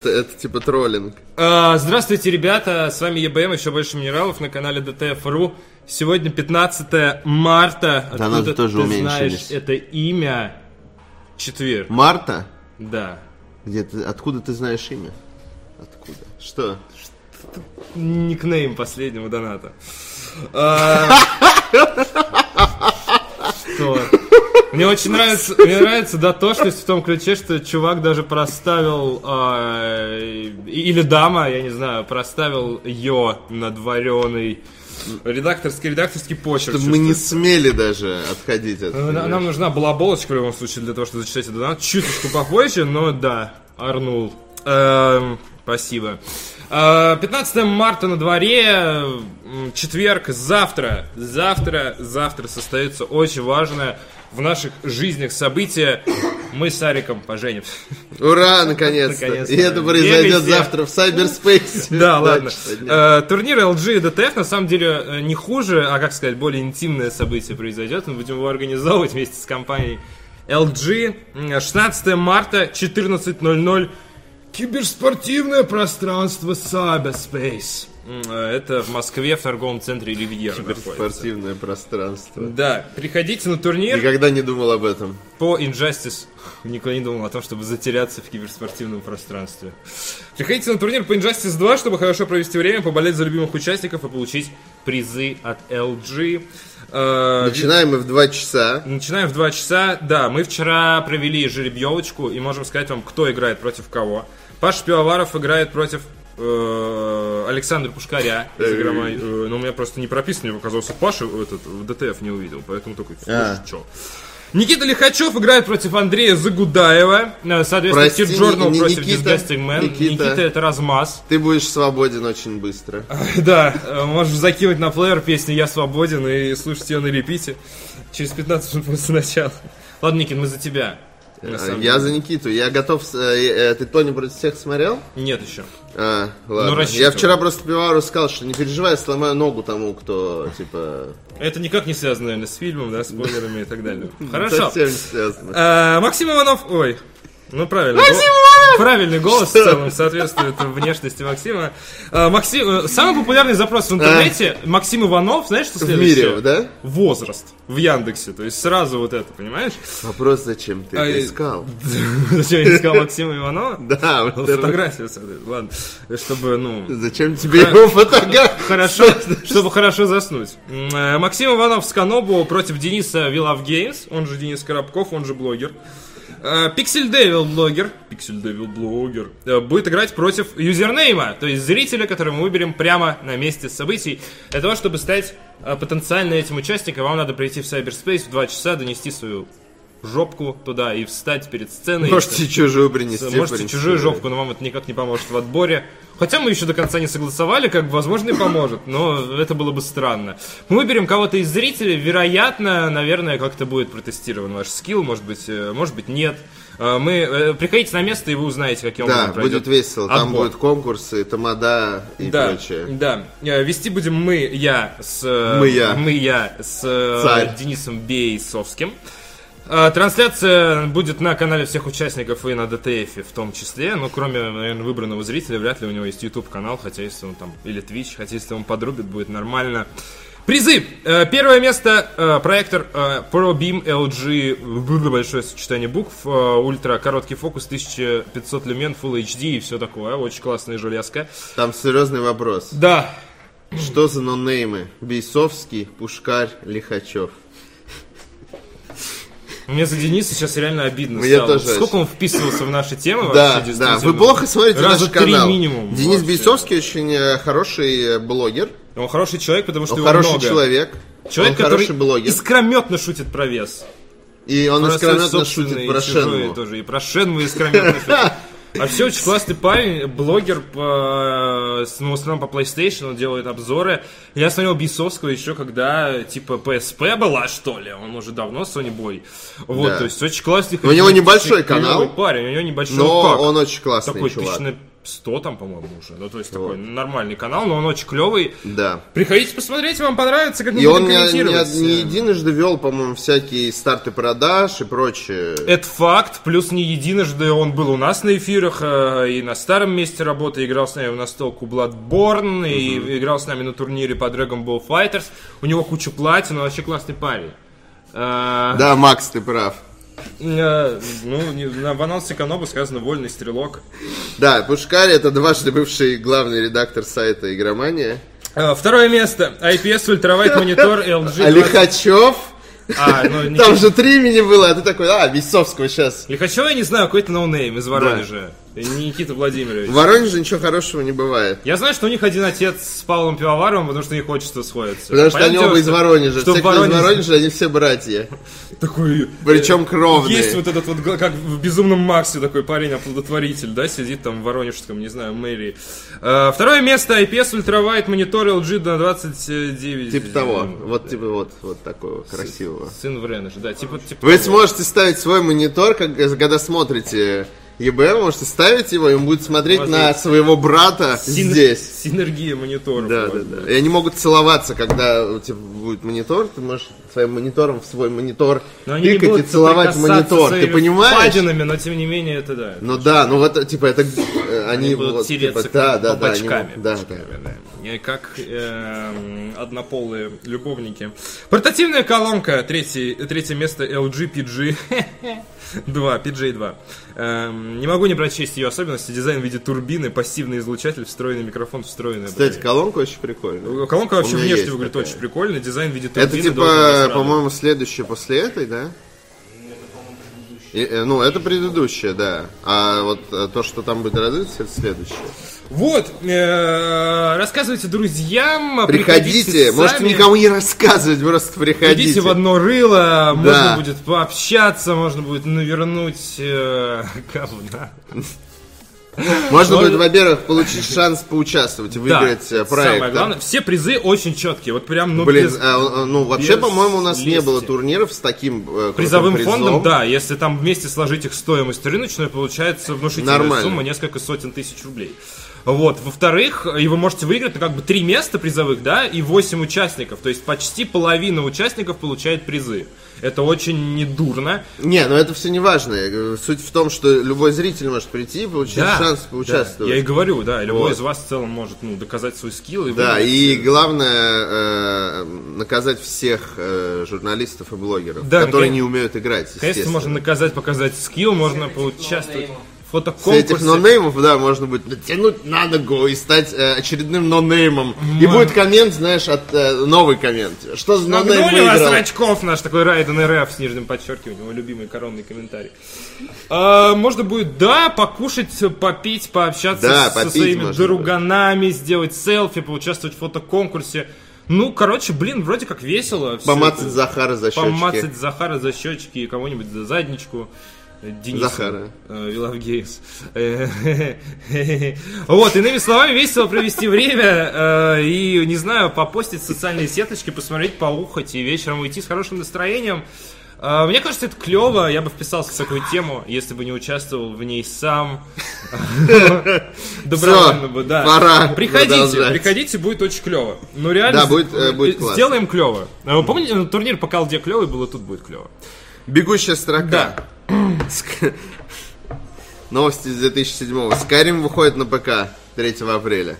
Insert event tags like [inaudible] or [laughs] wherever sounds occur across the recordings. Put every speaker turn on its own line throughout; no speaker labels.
Это, это типа троллинг.
А, Здравствуйте, ребята, с вами ЕБМ, еще больше минералов на канале ДТФ.ру. Сегодня 15 марта,
Да,
откуда
надо тоже
ты
уменьшились.
знаешь это имя? Четверг,
Марта?
да.
Где ты, откуда ты знаешь имя? Откуда? Что?
Никнейм последнего доната. А, Что? Мне очень нравится, мне нравится дотошность в том ключе, что чувак даже проставил, а, и- или дама, я не знаю, проставил ее над вареной редакторский, редакторский почерк.
Чтобы мы не смели даже отходить от...
Ну, на- Нам нужна была булочка в любом случае для того, чтобы зачитать этот донат. Чуточку попозже, но да, орнул. Эм, спасибо. Э, 15 марта на дворе, м, четверг, завтра, завтра, завтра состоится очень важное в наших жизнях событие. Мы с Ариком поженимся.
Ура, наконец-то!
ну, Наконец-то.
И это
Где
произойдет
везде?
завтра в Сайберспейсе.
[laughs] Да,
в 2
ладно.
часа дня.
Э, Турнир LG и DTF на самом деле э, не хуже, а как сказать, более интимное событие произойдет. Мы будем его организовывать вместе с компанией LG. М, 16 марта, 14.00. Киберспортивное пространство Cyberspace. М, э, Это в Москве в торговом центре Ривьера находится.
Спортивное пространство.
Да, приходите на турнир
Никогда не думал об этом.
по Injustice [laughs] никто не думал о том, чтобы затеряться в киберспортивном пространстве. Приходите на турнир по Injustice 2, чтобы хорошо провести время, поболеть за любимых участников и получить призы от LG. Э,
Начинаем мы в 2 часа.
Начинаем в 2 часа. Да, мы вчера провели жеребьевочку и можем сказать вам, кто играет против кого. Паш Пивоваров играет против э, Александра Пушкаря из
Эй.
игромании. Э, Но у меня просто не прописано, оказался Паша этот в ДТФ не увидел, поэтому такой,
А.
слушай, чё. Никита Лихачев играет против Андрея Загудаева. Э, Соответственно,
Прости,
Кит Джорнал
не- не
против
Никита.
Disgusting Man.
Никита.
Никита это размаз.
Ты будешь свободен очень быстро.
[laughs] Да, э, можешь закинуть на плеер песню «Я свободен» и слушать ее на репите. Через 15 минут после начала. Ладно, Никит, мы за тебя. А, На самом
А, Я
деле.
за Никиту. Я готов... с- э, э, Ты Тони против всех смотрел?
Нет еще.
А, ладно.
Ну, рассчитывал.
я вчера просто пивару сказал, что не переживай, я сломаю ногу тому, кто, типа...
Это никак не связано, наверное, с фильмом, да, спойлерами и
[laughs]
так далее. Хорошо.
Совсем не связано.
А, Максим Иванов, ой, ну правильно. гол- Правильный голос в целом соответствует внешности Максима. А, Максим, э, самый популярный запрос в интернете Максим Иванов, знаешь,
А.
что
В
следующее?
мире, да?
Возраст в Яндексе, то есть сразу вот это, понимаешь?
Вопрос, зачем ты
А,
это
э,
искал?
[laughs] Зачем я искал Максима Иванова?
Да, вот это-
Фотографию, соответственно. ладно, чтобы, ну,
[laughs] Зачем тебе его фотография?
[laughs] хорошо, чтобы хорошо заснуть. М, э, Максим Иванов с Канобу против Дениса Вилавгеймс, он же Денис Коробков, он же блогер. Э, Пиксель Девил блогер, Пиксель Девил блогер, э, будет играть против юзернейма, то есть зрителя, которого мы выберем прямо на месте событий. Для того, чтобы стать э, потенциально этим участником, вам надо прийти в Cyberspace в 2 часа, донести свою жопку туда и встать перед сценой.
Можете чужую принести.
Можете
принести.
чужую жопку, но вам это никак не поможет в отборе. Хотя мы еще до конца не согласовали, как бы, возможно, и поможет, но это было бы странно. Мы выберем кого-то из зрителей, вероятно, наверное, как-то будет протестирован ваш скилл, может быть, э, может быть, нет. Э, Мы э, приходите на место, и вы узнаете, каким
Да,
образом пройдет
будет весело. Там
отбор.
будут конкурсы, тамада и
да,
прочее.
да. Э, Вести будем мы, я с... э,
Мы, я.
Мы, я с э,
Царь.
Денисом Бейсовским. Э, Трансляция будет на канале всех участников и на ДТФ в том числе, но кроме, наверное, выбранного зрителя, вряд ли у него есть YouTube-канал, хотя если он там, или Twitch, хотя если он подрубит, будет нормально. Призы! Э, Первое место э, проектор э, ProBeam LG, было большое сочетание букв, э, ультра короткий фокус, 1500 люмен, Full HD и все такое, очень классная железка.
Там серьезный вопрос.
Да,
Что за нонеймы? Бейсовский, Пушкарь, Лихачев.
Мне за Дениса сейчас реально обидно
Мне
стало.
тоже
Сколько он вписывался в наши темы
Да,
вообще,
да.
действительно.
Вы плохо смотрите
Раза
наш
три
канал.
минимум.
Денис
вообще.
Бейсовский очень э, хороший э, блогер.
Он хороший человек, потому что
Он
его
хороший
много.
человек.
Человек,
он
который
хороший блогер.
искрометно шутит про вес.
И он
Про
искрометно
свой
шутит
собственный
про
и чужой
Шенгу. [laughs]
тоже. И про Шенму искрометно шутит. А все очень классный парень, блогер, по- э, с- ну, в основном по PlayStation он делает обзоры. Я смотрел Бейсовского еще, когда, типа, PSP была, что ли, он уже давно Sony Boy. Вот,
Да.
то есть очень классный.
У него небольшой
клевый
канал,
парень, у него небольшой
Но
Ну как.
он очень классный
Такой
чувак.
тысяч на 100 там, по-моему, уже. Ну, то есть такой нормальный канал, но он очень клевый.
Да.
Приходите посмотреть, вам понравится, как мы
И
будем
он не,
комментировать.
не- не единожды вел, по-моему, всякие старты продаж и прочее.
Это факт, плюс не единожды он был у нас на эфирах, э, и на старом месте работы играл с нами в настолку Bloodborne, и играл с нами на турнире по Dragon Ball Fighters. У него куча платья, он вообще классный парень. Э,
Да, Макс, ты прав.
э, Ну, не- на- в анонсе Канобу сказано «Вольный стрелок».
Да, Пушкарь это дважды бывший главный редактор сайта «Игромания».
Э, Второе место. IPS ультравайт монитор LG.
А
20.
Лихачев?
А, ну, не-
Там же три имени было, а ты такой, а, Весовского сейчас.
Лихачева, я не знаю, какой-то ноунейм из Воронежа. Никита Владимирович.
В Воронеже ничего хорошего не бывает.
Я знаю, что у них один отец с Павлом Пивоваровым, потому что их отчество сходится.
Потому что они
Понятное
оба
дело,
из Воронежа. Все,
Что в
кто из
Воронеже
Воронежа, они все братья.
такой...
Причем
Есть
кровные.
вот этот вот, как в «Безумном Максе» такой парень, оплодотворитель, да, сидит там в Воронежском, не знаю, мэрии. Э, Второе место IPS ультравайт монитор LG на 29.
Типа того. Вот типа вот, вот такого красивого.
Сын Вренежа, да, типа... типа
Вы
того.
сможете ставить свой монитор, как- когда смотрите ЕБМ, можете ставить его, и он будет смотреть
Можно-
на своего брата
Син-
здесь.
Синергия мониторов.
Да, да,
Вот.
да. И они могут целоваться, когда у тебя будет монитор, ты можешь своим монитором в свой монитор
Но они не
тыкать и
будут
целовать
соприкасаться
монитор. Ты
своими
понимаешь?
впадинами, но тем не менее это да.
Ну да, ну вот типа это э, они,
будут
вот,
тереться
типа, да, да, да, они-
бочками.
да, да.
Как эм, однополые любовники. Портативная колонка. Третий, третье место LG [laughs] PG. 2, PJ2. Эм, не могу не прочесть ее особенности. Дизайн в виде турбины, пассивный излучатель, встроенный микрофон, встроенная
Кстати,
батарея.
колонка очень прикольная.
Колонка
у
вообще
меня
внешне
есть
выглядит
такая.
очень прикольно. Дизайн в виде турбины.
Это
должен
типа,
нас радовать.
по-моему, следующее после этой, да? И, э, ну, это предыдущее, да. А вот э, то, что там будет развиться, это следующее.
Вот. э, рассказывайте друзьям. а
Приходите, можете
сами.
никому не рассказывать, просто приходите.
Идите в одно рыло, можно
Да.
будет пообщаться, можно будет навернуть э, [laughs] говна.
Можно
Может-
будет, во-первых, получить шанс поучаствовать, выиграть
Да,
э, проект.
Самое
да.
главное, все призы очень четкие. Вот прям, ну,
Блин,
без-
а, а, ну вообще,
без
по-моему, у нас не
лести.
было турниров с таким э, крутым
призовым
призом.
фондом, да, если там вместе сложить их стоимость рыночную, получается внушительная
Нормально.
сумма, несколько сотен тысяч рублей. Вот, во-вторых, и вы можете выиграть, ну, как бы, три места призовых, да, и 8 участников, то есть почти половина участников получает призы. Это очень недурно.
Не, но это все не важно. Э, Суть в том, что любой зритель может прийти и получить шанс
да, я и
поучаствовать.
говорю, да, любой
Вот.
из вас в целом может ну, доказать свой скилл. И
Да,
выиграть.
и главное э, наказать всех э, журналистов и блогеров,
Да, ну,
которые
кон-
не умеют играть,
Конечно, можно
естественно.
наказать, показать скилл, можно поучаствовать в
С этих
фотоконкурсе.
нонеймов, да, можно будет натянуть на ногу и стать э, очередным нонеймом. И
Ма-
будет коммент, знаешь, от э, новый коммент. Что
Ну,
за нонейм
Нагнули вас
выиграл?
рачков, наш такой Райден РФ с нижним подчеркиванием, мой любимый коронный комментарий. А, можно будет, да, покушать, попить, пообщаться
Да,
с- со
попить
своими
можно
друганами, сделать селфи, поучаствовать в фотоконкурсе. Ну, короче, блин, вроде как весело. всё
Помацать
это.
Захара за щечки.
Помацать Захара за щечки и кого-нибудь за задничку. Э, Дениса.
Захара.
Э, We love gays. Э, [laughs] Вот, иными словами, весело провести время э, и, не знаю, попостить в социальные сеточки, посмотреть, поухать и вечером уйти с хорошим настроением. Э, Мне кажется, это клево. Я бы вписался в такую тему, если бы не участвовал в ней
[laughs]
сам. [laughs] Добровольно бы, да.
пора
Приходите,
продолжать.
приходите, будет очень клево. Ну реально.
Да, будет, э, будет классно.
Сделаем клево. А Вы помните, ну, турнир по колде клевый был, и тут будет клево.
Бегущая строка. [clears throat] Ск- Новости 2007 Скайрим выходит на ПК 3 апреля.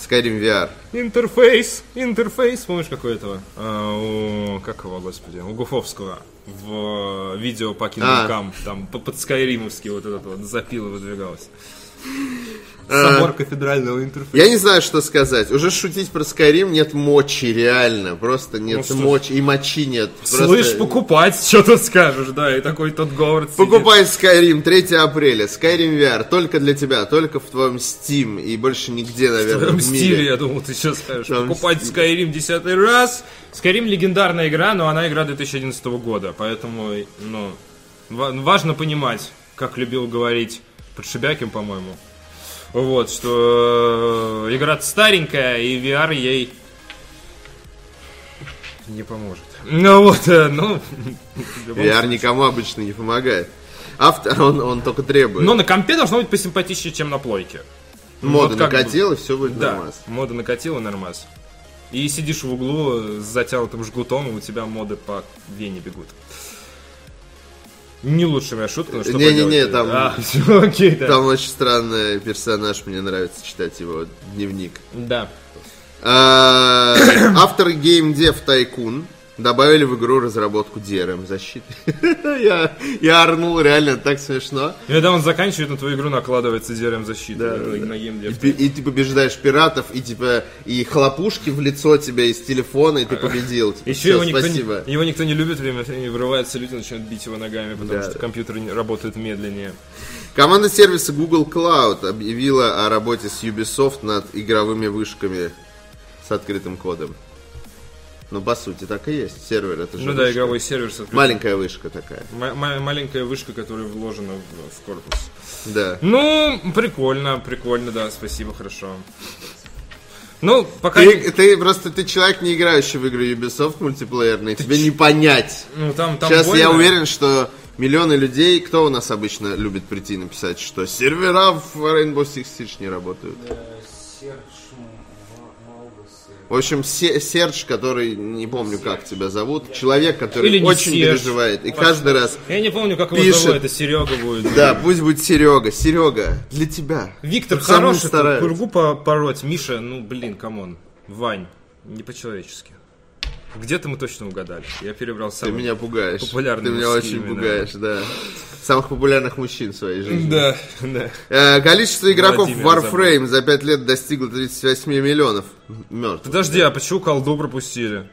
Скайрим VR.
Интерфейс, интерфейс, помнишь, как у этого? А, у, как его, господи, у Гуфовского в э, видео по
А.
кинокам, там по- под Скайримовский вот этот вот запил и выдвигалось.
Э.
Собор кафедрального интерфейса.
Я не знаю, что сказать. Уже шутить про Скайрим нет мочи, реально. Просто нет
что ж.
мочи. И мочи нет. Просто-
Ну, Слышь, покупать, что тут скажешь, да, и такой тот Говард сидит.
Покупай Skyrim 3 апреля. Skyrim VR. Только для тебя. Только в твоем Steam. И больше нигде,
В
наверное,
твоем
в,
стиле,
мире.
я думал, ты сейчас скажешь.
твоем
Покупать Skyrim десятый раз. Skyrim легендарная игра, но она игра 2011 года, поэтому, ну, ва- важно понимать, как любил говорить Подшибякин, по-моему. Вот, что э, игра старенькая, и VR ей не поможет. Ну вот, э, ну... [laughs] в любом
VR никому обычно не помогает. Автор, [laughs] он, он только требует.
Но на компе должно быть посимпатичнее, чем на плойке.
Мода
вот как бы-
накатила, все будет
Да,
нормас.
мода накатила нормас. И сидишь в углу с затянутым жгутом, и у тебя моды по вене бегут. Не лучшая моя шутка, но что
Не-не-не,
поделать.
там-
А, [laughs] всё, окей, да.
Там очень странный персонаж, мне нравится читать его дневник.
Да.
А, Автор геймдев Тайкун добавили в игру разработку DRM защиты. [laughs] Я, я орнул, реально так смешно.
И когда он заканчивает, на твою игру накладывается DRM защиты.
Да,
на,
да,
на геймдев.
И, пи- и ты побеждаешь пиратов, и типа и хлопушки в лицо тебя из телефона, и ты
[laughs]
победил. Типа,
Еще
всё,
его никто,
спасибо.
не, его никто не любит, время от времени врываются люди, начинают бить его ногами, потому
Да.
что компьютеры не- работают медленнее.
Команда сервиса Google Cloud объявила о работе с Ubisoft над игровыми вышками с открытым кодом. Ну, по сути, так и есть. Сервер это же
Ну да,
вышка.
игровой сервер. с открытым-
Маленькая вышка такая.
М- м- маленькая вышка, которая вложена в, в корпус.
Да.
Ну, прикольно, прикольно, да, спасибо, хорошо. Ну, пока...
Ты, ты просто ты человек, не играющий в игры Ubisoft мультиплеерные, тебе не понять.
Ну, там, там
Сейчас я
больно.
уверен, что миллионы людей, кто у нас обычно любит прийти и написать, что сервера в Rainbow Six Siege не работают.
Серж Малгус.
В общем, Се- Серж, который, не помню, как тебя зовут, человек, который
Или не
очень
Серж.
переживает. И каждый раз,
Я не помню, как его
Пишет.
зовут, это Серега будет.
да, пусть будет Серега. Серега, для тебя.
Виктор,
Пацаны
хороший, тут
стараются.
кургу по- пороть. Миша, ну, блин, камон. Вань, не по-человечески. Где-то мы точно угадали. Я перебрал сам.
Ты меня пугаешь.
популярные
Ты меня
мужские
очень
имена.
пугаешь, да. Самых популярных мужчин в своей жизни.
Да, да.
Э, Количество игроков в
Владимир
Warframe за 5 лет достигло 38 миллионов мертвых.
Подожди, а почему колду пропустили?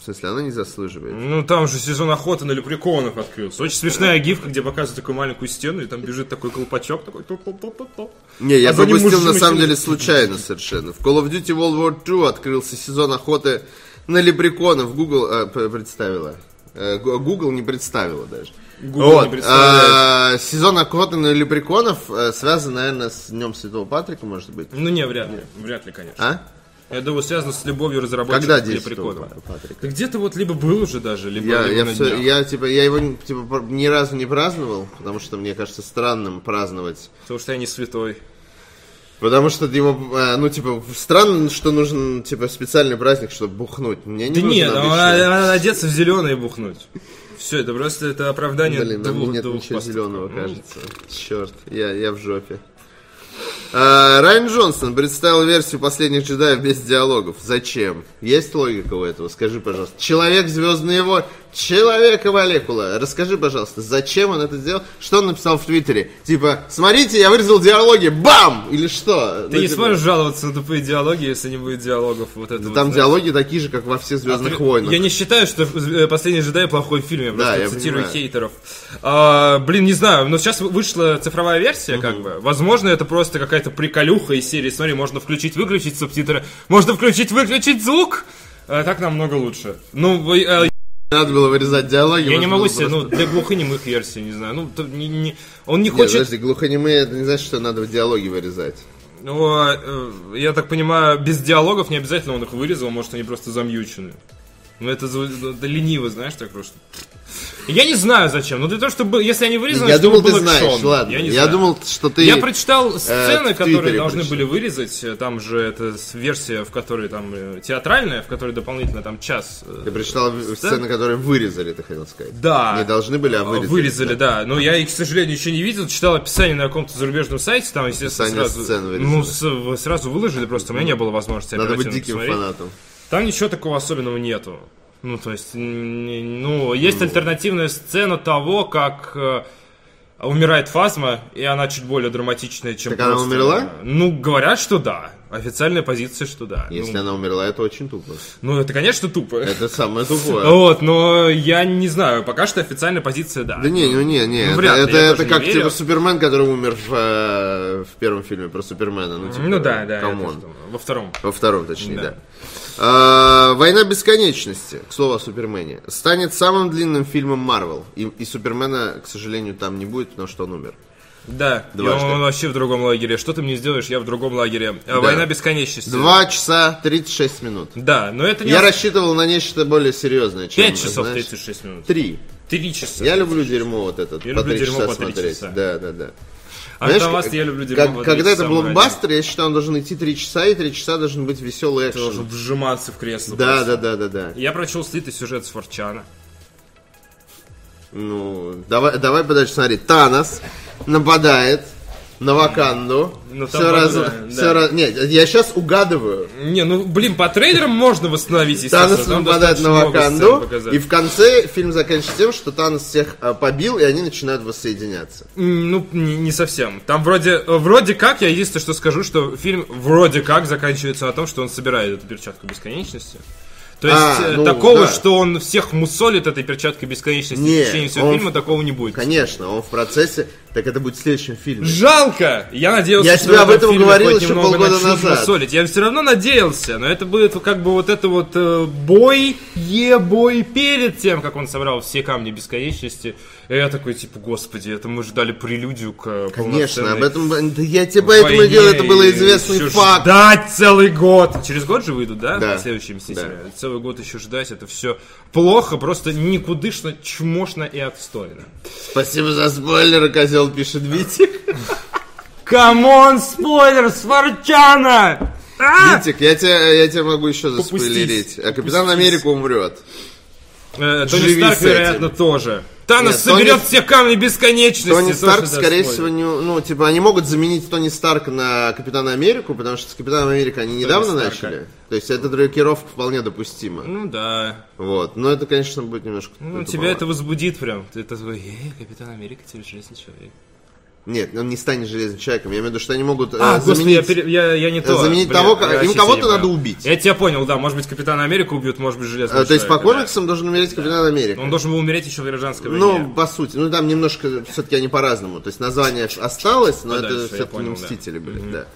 В смысле, она не заслуживает.
Ну, там же сезон охоты на лепреконов открылся. Очень смешная гифка, где показывают такую маленькую стену, и там бежит такой колпачок, такой... ту-ту-ту-ту-ту.
Не, я
А за ним
пропустил
мужчина
на самом
сидит.
деле случайно совершенно. В Call of Duty World War II открылся сезон охоты на лепреконов. Google э, п- представила. Э, Г- Google не представила даже.
Google не
Вот,
представляет.
э, сезон охоты на лепреконов э, связан, наверное, с Днем Святого Патрика, может быть.
Ну, не, вряд ли. Вряд ли,
А?
конечно. Я думаю, связано с любовью разработчиков
Когда
к
День Святого
лепреконам.
Па- Патрика?
Да где-то вот либо был уже даже, либо...
Я,
либо
я,
на
всё-
днях.
я, типа, я его типа, пр- ни разу не праздновал, потому что мне кажется странным праздновать.
Потому что я не святой.
Потому что его, э, ну, типа, странно, что нужен, типа, специальный праздник, чтобы бухнуть. Мне не ну,
Да
нужен
нет, а,
обычный.
надо, надо одеться в зеленое и бухнуть. Все, это просто это оправдание
Блин, а
двух,
мне нет
двух
ничего
поступков.
зеленого,
Ну,
кажется. Черт, я, я в жопе. А, Райан Джонсон представил версию последних джедаев без диалогов. Зачем? Есть логика у этого? Скажи, пожалуйста. Человек Звездные войны. Человека молекула. Расскажи, пожалуйста, зачем он это сделал? Что он написал в Твиттере? Типа, смотрите, я вырезал диалоги. Бам! Или что?
Ты
Ну,
не
типа,
сможешь жаловаться на тупые диалоги, если не будет диалогов. Вот это вот,
Там
знаешь.
диалоги такие же, как во всех Звездных войнах.
А Я не считаю, что э, «Последний джедай» плохой фильм, я просто
Да, я
цитирую
понимаю.
хейтеров. А, блин, не знаю, но сейчас вышла цифровая версия, как бы. Возможно, это просто какая-то приколюха из серии. Смотри, можно включить-выключить субтитры, можно включить-выключить звук. А, так намного лучше. Ну, вы, э,
Надо было вырезать диалоги.
я не
можно
могу
было
себе,
просто-
ну, для глухонемых версий, не знаю. Ну, то не- не- он не
Нет,
хочет...
подожди, глухонемые, это не значит, что надо диалоги вырезать.
Ну, э, я так понимаю, без диалогов не обязательно он их вырезал, может, они просто замьючены. Ну, это, зв- ну, это лениво, знаешь, так просто. Я не знаю зачем, но для того, чтобы... Если они вырезаны,
Я
чтобы
думал, ты
был экшен.
знаешь, ладно.
Я, не
Я
знаю.
думал, что ты... э,
Я прочитал сцены,
в
которые
Твиттере
должны
прочитал.
были вырезать. Э, Там же это с- версия, в которой там э, театральная, в которой дополнительно там час. э,
Ты прочитал в- сцены, которые вырезали, ты хотел сказать.
Да.
Не должны были, а
А,
вырезали.
Вырезали, да. Но я их, к сожалению, еще не видел. Читал описание на каком-то зарубежном сайте. Там, естественно,
Описание
сразу,
сцен вырезали.
ну, с- в- сразу выложили, просто у меня не было возможности
Надо быть
оперативно
диким
посмотреть.
фанатом.
Там ничего такого особенного нету. Ну, то есть, н- н- ну, есть альтернативная сцена того, как э, умирает Фазма, и она чуть более драматичная, чем
Так она
просто-
умерла?
Ну, говорят, что да. Официальная позиция, что да.
Если
ну,
она умерла, это очень тупо.
ну, это, конечно, тупо.
Это самое тупое.
Вот, но я не знаю, пока что официальная позиция да.
Да не, ну не, не. это-
вряд ли,
это
я
это
тоже не
как
верю.
типа Супермен, который умер в, э, в первом фильме про Супермена. Ну, типа,
Ну да, да. я тоже
Камон.
думаю. Во втором.
Во втором, точнее,
Да.
да. А, Война бесконечности, к слову о Супермене, станет самым длинным фильмом Марвел. И, и Супермена, к сожалению, там не будет, потому что он умер.
Да, и
Дважды.
он вообще в другом лагере. Что ты мне сделаешь, я в другом лагере. А, Война бесконечности.
Два часа 36 минут.
Да, но это не...
Я рассчитывал на нечто более серьезное, чем...
5 часов
знаешь,
36 минут.
Три.
3 часа.
Я люблю дерьмо вот этот.
Я
по
люблю
три
дерьмо
часа
по три
смотреть.
часа.
Да, да, да.
А
Знаешь,
Антон Васт,
как-
я люблю
как-
дерьмо по три
когда
часа
это
мы один.
блокбастер, я считаю, он должен идти три часа, и три часа должен быть веселый
Ты должен
экшен.
вжиматься в кресло.
Да,
просто.
да, да, да, да.
Я прочел слитый сюжет с Форчана.
Ну, давай, давай подальше, смотри. Танос нападает на Ваканду.
Ну, там
все раз,
вода, да.
всё раз- Нет, я сейчас угадываю.
Не, ну, блин, по трейлерам можно восстановить, естественно.
Танос
Там
нападает
достаточно
на
много сцен
Ваканду,
показали.
и в конце фильм заканчивается тем, что Танос всех а, побил, и они начинают воссоединяться.
М, Ну, не, не совсем. Там вроде, э, вроде как, я единственное, что скажу, что фильм вроде как заканчивается на том, что он собирает эту перчатку бесконечности. То есть,
А,
э,
ну,
такого,
да.
что он всех мусолит этой перчаткой бесконечности
Не,
в течение всего
он-
фильма, такого не будет.
Конечно, он в процессе, так это будет в следующем фильме.
Жалко! Я надеялся,
Я
что
тебе
в
об этом
фильме
говорил
хоть
еще
немного
полгода
начнут
назад.
мусолить. Я все равно надеялся, но это будет как бы вот это вот э, бой, е-бой перед тем, как он собрал все камни бесконечности. И я такой, типа, господи, это мы ждали прелюдию к э,
Конечно,
полноценной
об этом... Да я тебе поэтому и
войне,
делал, это было
и
известный
еще
факт.
Ждать целый год. Через год же выйдут, да?
Да.
Следующие мстители. Целый год еще ждать, это все плохо, просто никудышно, чмошно и отстойно.
Спасибо за спойлеры, козел пишет Витик.
Камон, спойлер, сварчана! А!
Витик, я тебе, я тебе могу еще
Попустись,
заспойлерить. А Капитан
попустись.
Америка умрет.
Э, Тони
Живи
Старк,
с этим.
вероятно, тоже. Танос
Нет, Тони-
соберет все камни бесконечности.
Тони
тоже
Старк,
даст
скорее
спойлер.
всего, не, ну, типа, они могут заменить Тони Старка на Капитана Америку, потому что с Капитаном Америка они недавно
Старка.
начали. То есть эта дрокировка вполне допустима.
Ну да.
Вот. Но это, конечно, будет немножко...
Ну,
это
тебя
мало.
это возбудит прям. Ты такой, «Э, Капитан Америка, теперь железный человек.
Нет, он не станет Железным Человеком. Я имею в виду, что они могут э,
А, господи, я,
заменить-
пере- я, я не то.
заменить
Блин,
того, как-
я
им
вообще
кого-то
тебя не
надо
понял.
убить.
Я тебя понял, да. Может быть, Капитана Америка убьют, может быть,
э,
Железного
То есть по
Человека, да. Ну,
комиксам должен умереть Капитан Америка.
Он должен был умереть еще в гражданской
Ну,
войне.
по сути. Ну, там немножко все-таки они по-разному. То есть название осталось, но
Подальше, я
это все-таки не
понял, да.
Мстители были, да.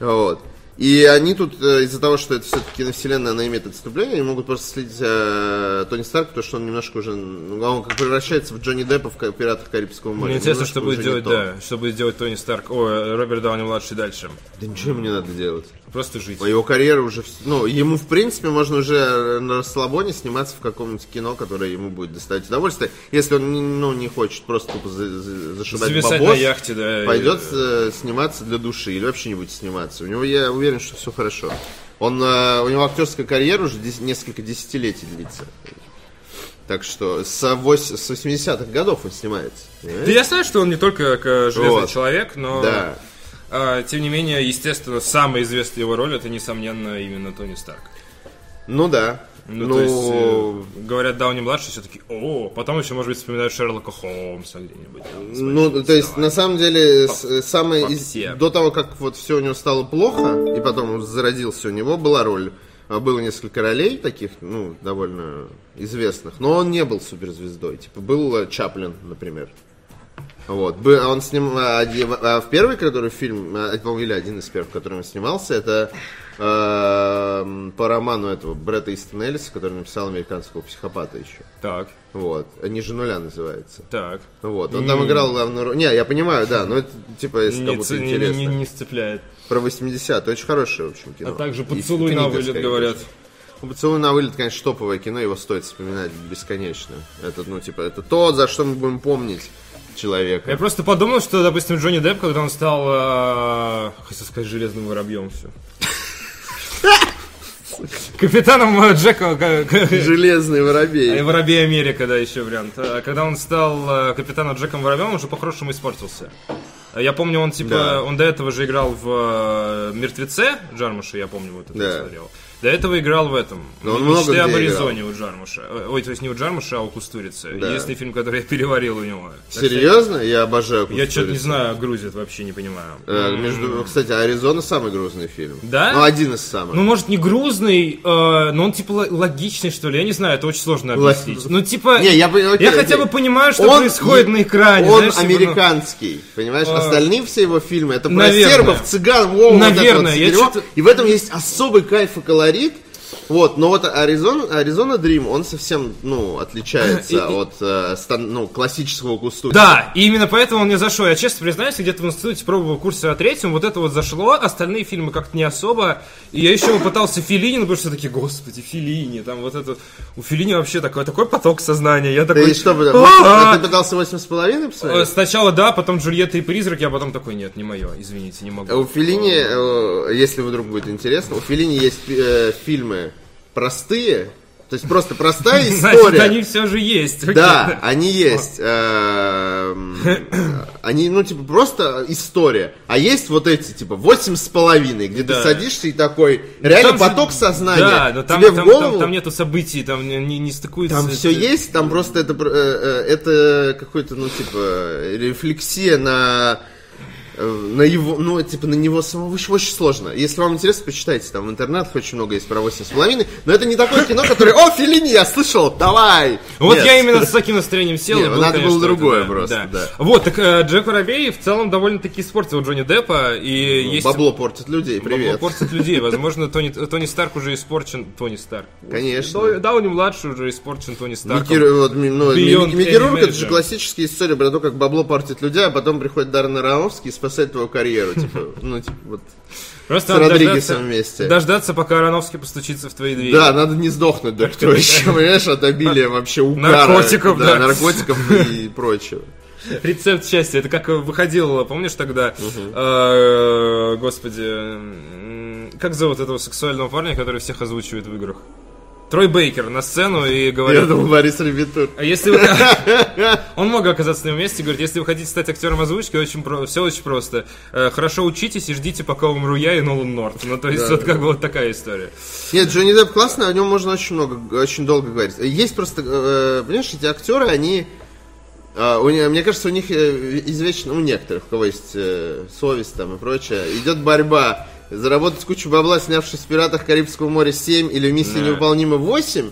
Вот. И они тут, э, из-за того, что это все-таки киновселенная, она имеет отступление, они могут просто слить э, Тони Старк, потому что он немножко уже, ну, он как превращается в Джонни Деппа в «Ка- «Пиратах Карибского моря».
Мне интересно,
Немножко
что будет
уже не
делать,
то.
да, что будет делать Тони Старк, о, Роберт Дауни младший дальше.
Да ничего ему не надо делать.
Просто жить.
Его карьера уже, вс- ну, ему, в принципе, можно уже э, на расслабоне сниматься в каком-нибудь кино, которое ему будет доставить удовольствие, если он, не- ну, не хочет просто тупо за- за- зашибать
Зависать
бабос.
на яхте, да. и-
пойдет э, сниматься для души или вообще не будет сниматься. У него, я уверен, что все хорошо. Он, э, у него актерская карьера уже дес- несколько десятилетий длится. Так что с, вось- с 80-х годов он снимается.
Да
понимаешь?
я знаю, что он не только э, железный
Вот.
человек, но
Да.
а, тем не менее, естественно, самая известная его роль это, несомненно, именно Тони Старк.
Ну да.
Ну,
Ну,
то есть, э, говорят, Дауни младший все таки о, потом еще, может быть, вспоминают Шерлока Холмса где-нибудь. там, с
ну, то есть, на самом деле, с- э, самое
по
из-
все.
до того, как вот все у него стало плохо, и потом он зародился у него, была роль. А, Было несколько ролей таких, ну, довольно известных, но он не был суперзвездой. Типа, был э, Чаплин, например. Вот. Бы- а Он снимал а, в первый, который фильм, а, это, по-моему, или один из первых, в котором он снимался, это эм, по роману этого Бретта Истона Эллиса, который написал американского психопата еще.
Так,
Вот. Ниже нуля называется.
так.
Вот, он там играл главную роль. Не, я понимаю, да, но это типа, если
Не,
кому-то
ц- не-
интересно. Ну,
не- не сцепляет.
Про 80 очень хорошее, в общем, кино.
А также
И
поцелуй
книга,
на вылет,
скорее,
говорят.
конечно. Ну, поцелуй на вылет, конечно, топовое кино, его стоит вспоминать бесконечно. Это, ну, типа, это то, за что мы будем помнить человека.
Я просто подумал, что, допустим, Джонни Депп, когда он стал, э, хотел сказать, железным
[laughs]
воробьем, все. Капитаном э, Джека... э, э,
[laughs] Железный воробей.
И Воробей Америка, да, еще вариант. А, Когда он стал э, капитаном Джеком Воробьем, он уже по-хорошему испортился. А Я помню, он типа,
Да.
он до этого же играл в э, Мертвеце Джармуша, я помню, вот это
Да.
я смотрел. До этого играл в этом.
Но он
«Мечты
много где
об
играл.
Аризоне у Джармуша. Э, Ой, то есть не у Джармуша, а у Кустурицы.
Да.
Единственный фильм, который я переварил у него. Так что
Серьезно? Я обожаю
Я что-то не
«Кустурицу».
знаю, грузит вообще не понимаю.
Э, между, кстати, Аризона самый грустный фильм.
Да?
Ну, один из самых.
Ну, может, не грузный, э, но он типа ло- логичный, что ли. Я не знаю, это очень сложно
Ло-
объяснить. Ну, типа.
Не, я понимаю, окей,
я хотя
окей.
бы понимаю, что происходит на экране.
Он
знаешь, типа, ну,
американский, понимаешь? Остальные все его фильмы это про
наверное.
сербов, цыган, воу, вот это
Наверное,
вот
я
всё дерьмо.
чё-то-
И в этом есть особый кайф и колорит, Вот, но вот Аризон, Аризона Дрим, он совсем, ну, отличается от э, стан- ну, классического кусту.
Да, и именно поэтому он мне зашел. Я честно признаюсь, где-то в институте пробовал курсы о третьем, вот это вот зашло, остальные фильмы как-то не особо. И я еще пытался Филини, но потому что такие, господи, Филини, там вот это... У Филини вообще такой, такой поток сознания. Я такой...
Ты что, бля,
«А-а-а».
ты пытался восемь с половиной
Э,
посмотреть?
Сначала да, потом Джульетта и призрак, я потом такой, нет, не мое, извините, не могу.
У Филини, э, если вдруг будет интересно, у Филини есть э, фильмы простые, то есть просто простая
Значит, они
история.
все же есть. окей.
Да, они есть.
[coughs]
эм, Они, ну, типа, просто история. А есть вот эти, типа, восемь с половиной, где ты
Да.
садишься и такой, реально
Там же-
поток
Да,
сознания.
но там,
Тебе в
там-
голову...
там- там нету событий, там не, не- не стыкуется.
Там все
это-
есть, там просто это, пр- э, э, это какой-то, ну, типа, рефлексия на, э, на его, ну, типа, на него самого. Очень, очень сложно. Если вам интересно, почитайте. Там в интернетах очень много есть про 8,5. Но это не такое кино, которое, о, Филини, я слышал, давай.
Вот
Нет.
я именно с таким настроением сел.
[laughs]
и
Не,
был,
надо
конечно,
было другое
это, да,
просто,
да.
да.
Вот, так э, Джек Воробей в целом довольно-таки испортил Джонни Деппа. И есть...
Ну, Бабло портит людей,
бабло
привет. [laughs]
портит людей. Возможно, Тони, Тони Старк уже испорчен. Тони Старк.
Конечно.
Дау- Дауни-младший уже испорчен Тони Старком.
Микки- вот, ми- ну, ми-
Beyond
Микки Рурк,
Any
это же
Measure.
классическая история про то, как бабло портит людей, а потом приходит Даррен Ароновский и спасает твою карьеру. Типа, [laughs] ну, типа, вот.
Просто
с
надо
Родригесом
дождаться-
вместе.
Дождаться, пока Ароновский постучится в твои двери.
Да, надо не сдохнуть до кто еще,
[laughs]
понимаешь, от обилия вообще угара.
Наркотиков,
да.
да.
наркотиков и прочего.
Рецепт счастья. Это как выходил, помнишь тогда, э, господи, м, как зовут этого сексуального парня, который всех озвучивает в играх? Трой Бейкер на сцену и
Я
говорит...
думал, Борис Ребятур.
«А Если вы... [laughs] Он мог оказаться на его месте, говорит, если вы хотите стать актером озвучки, очень про... все очень просто. Э, Хорошо учитесь и ждите, пока умру я и Нолан Норт. Ну, то есть, вот как бы вот такая история.
Нет, Джонни Депп классный, о нем можно очень много, очень долго говорить. Есть просто, э, понимаешь, эти актеры, они... э, у не- мне кажется, у них э, извечно, у некоторых, у кого есть э, совесть там и прочее, идет борьба. Заработать кучу бабла, снявшись в «Пиратах Карибского моря 7» или в «Миссии невыполнима 8»,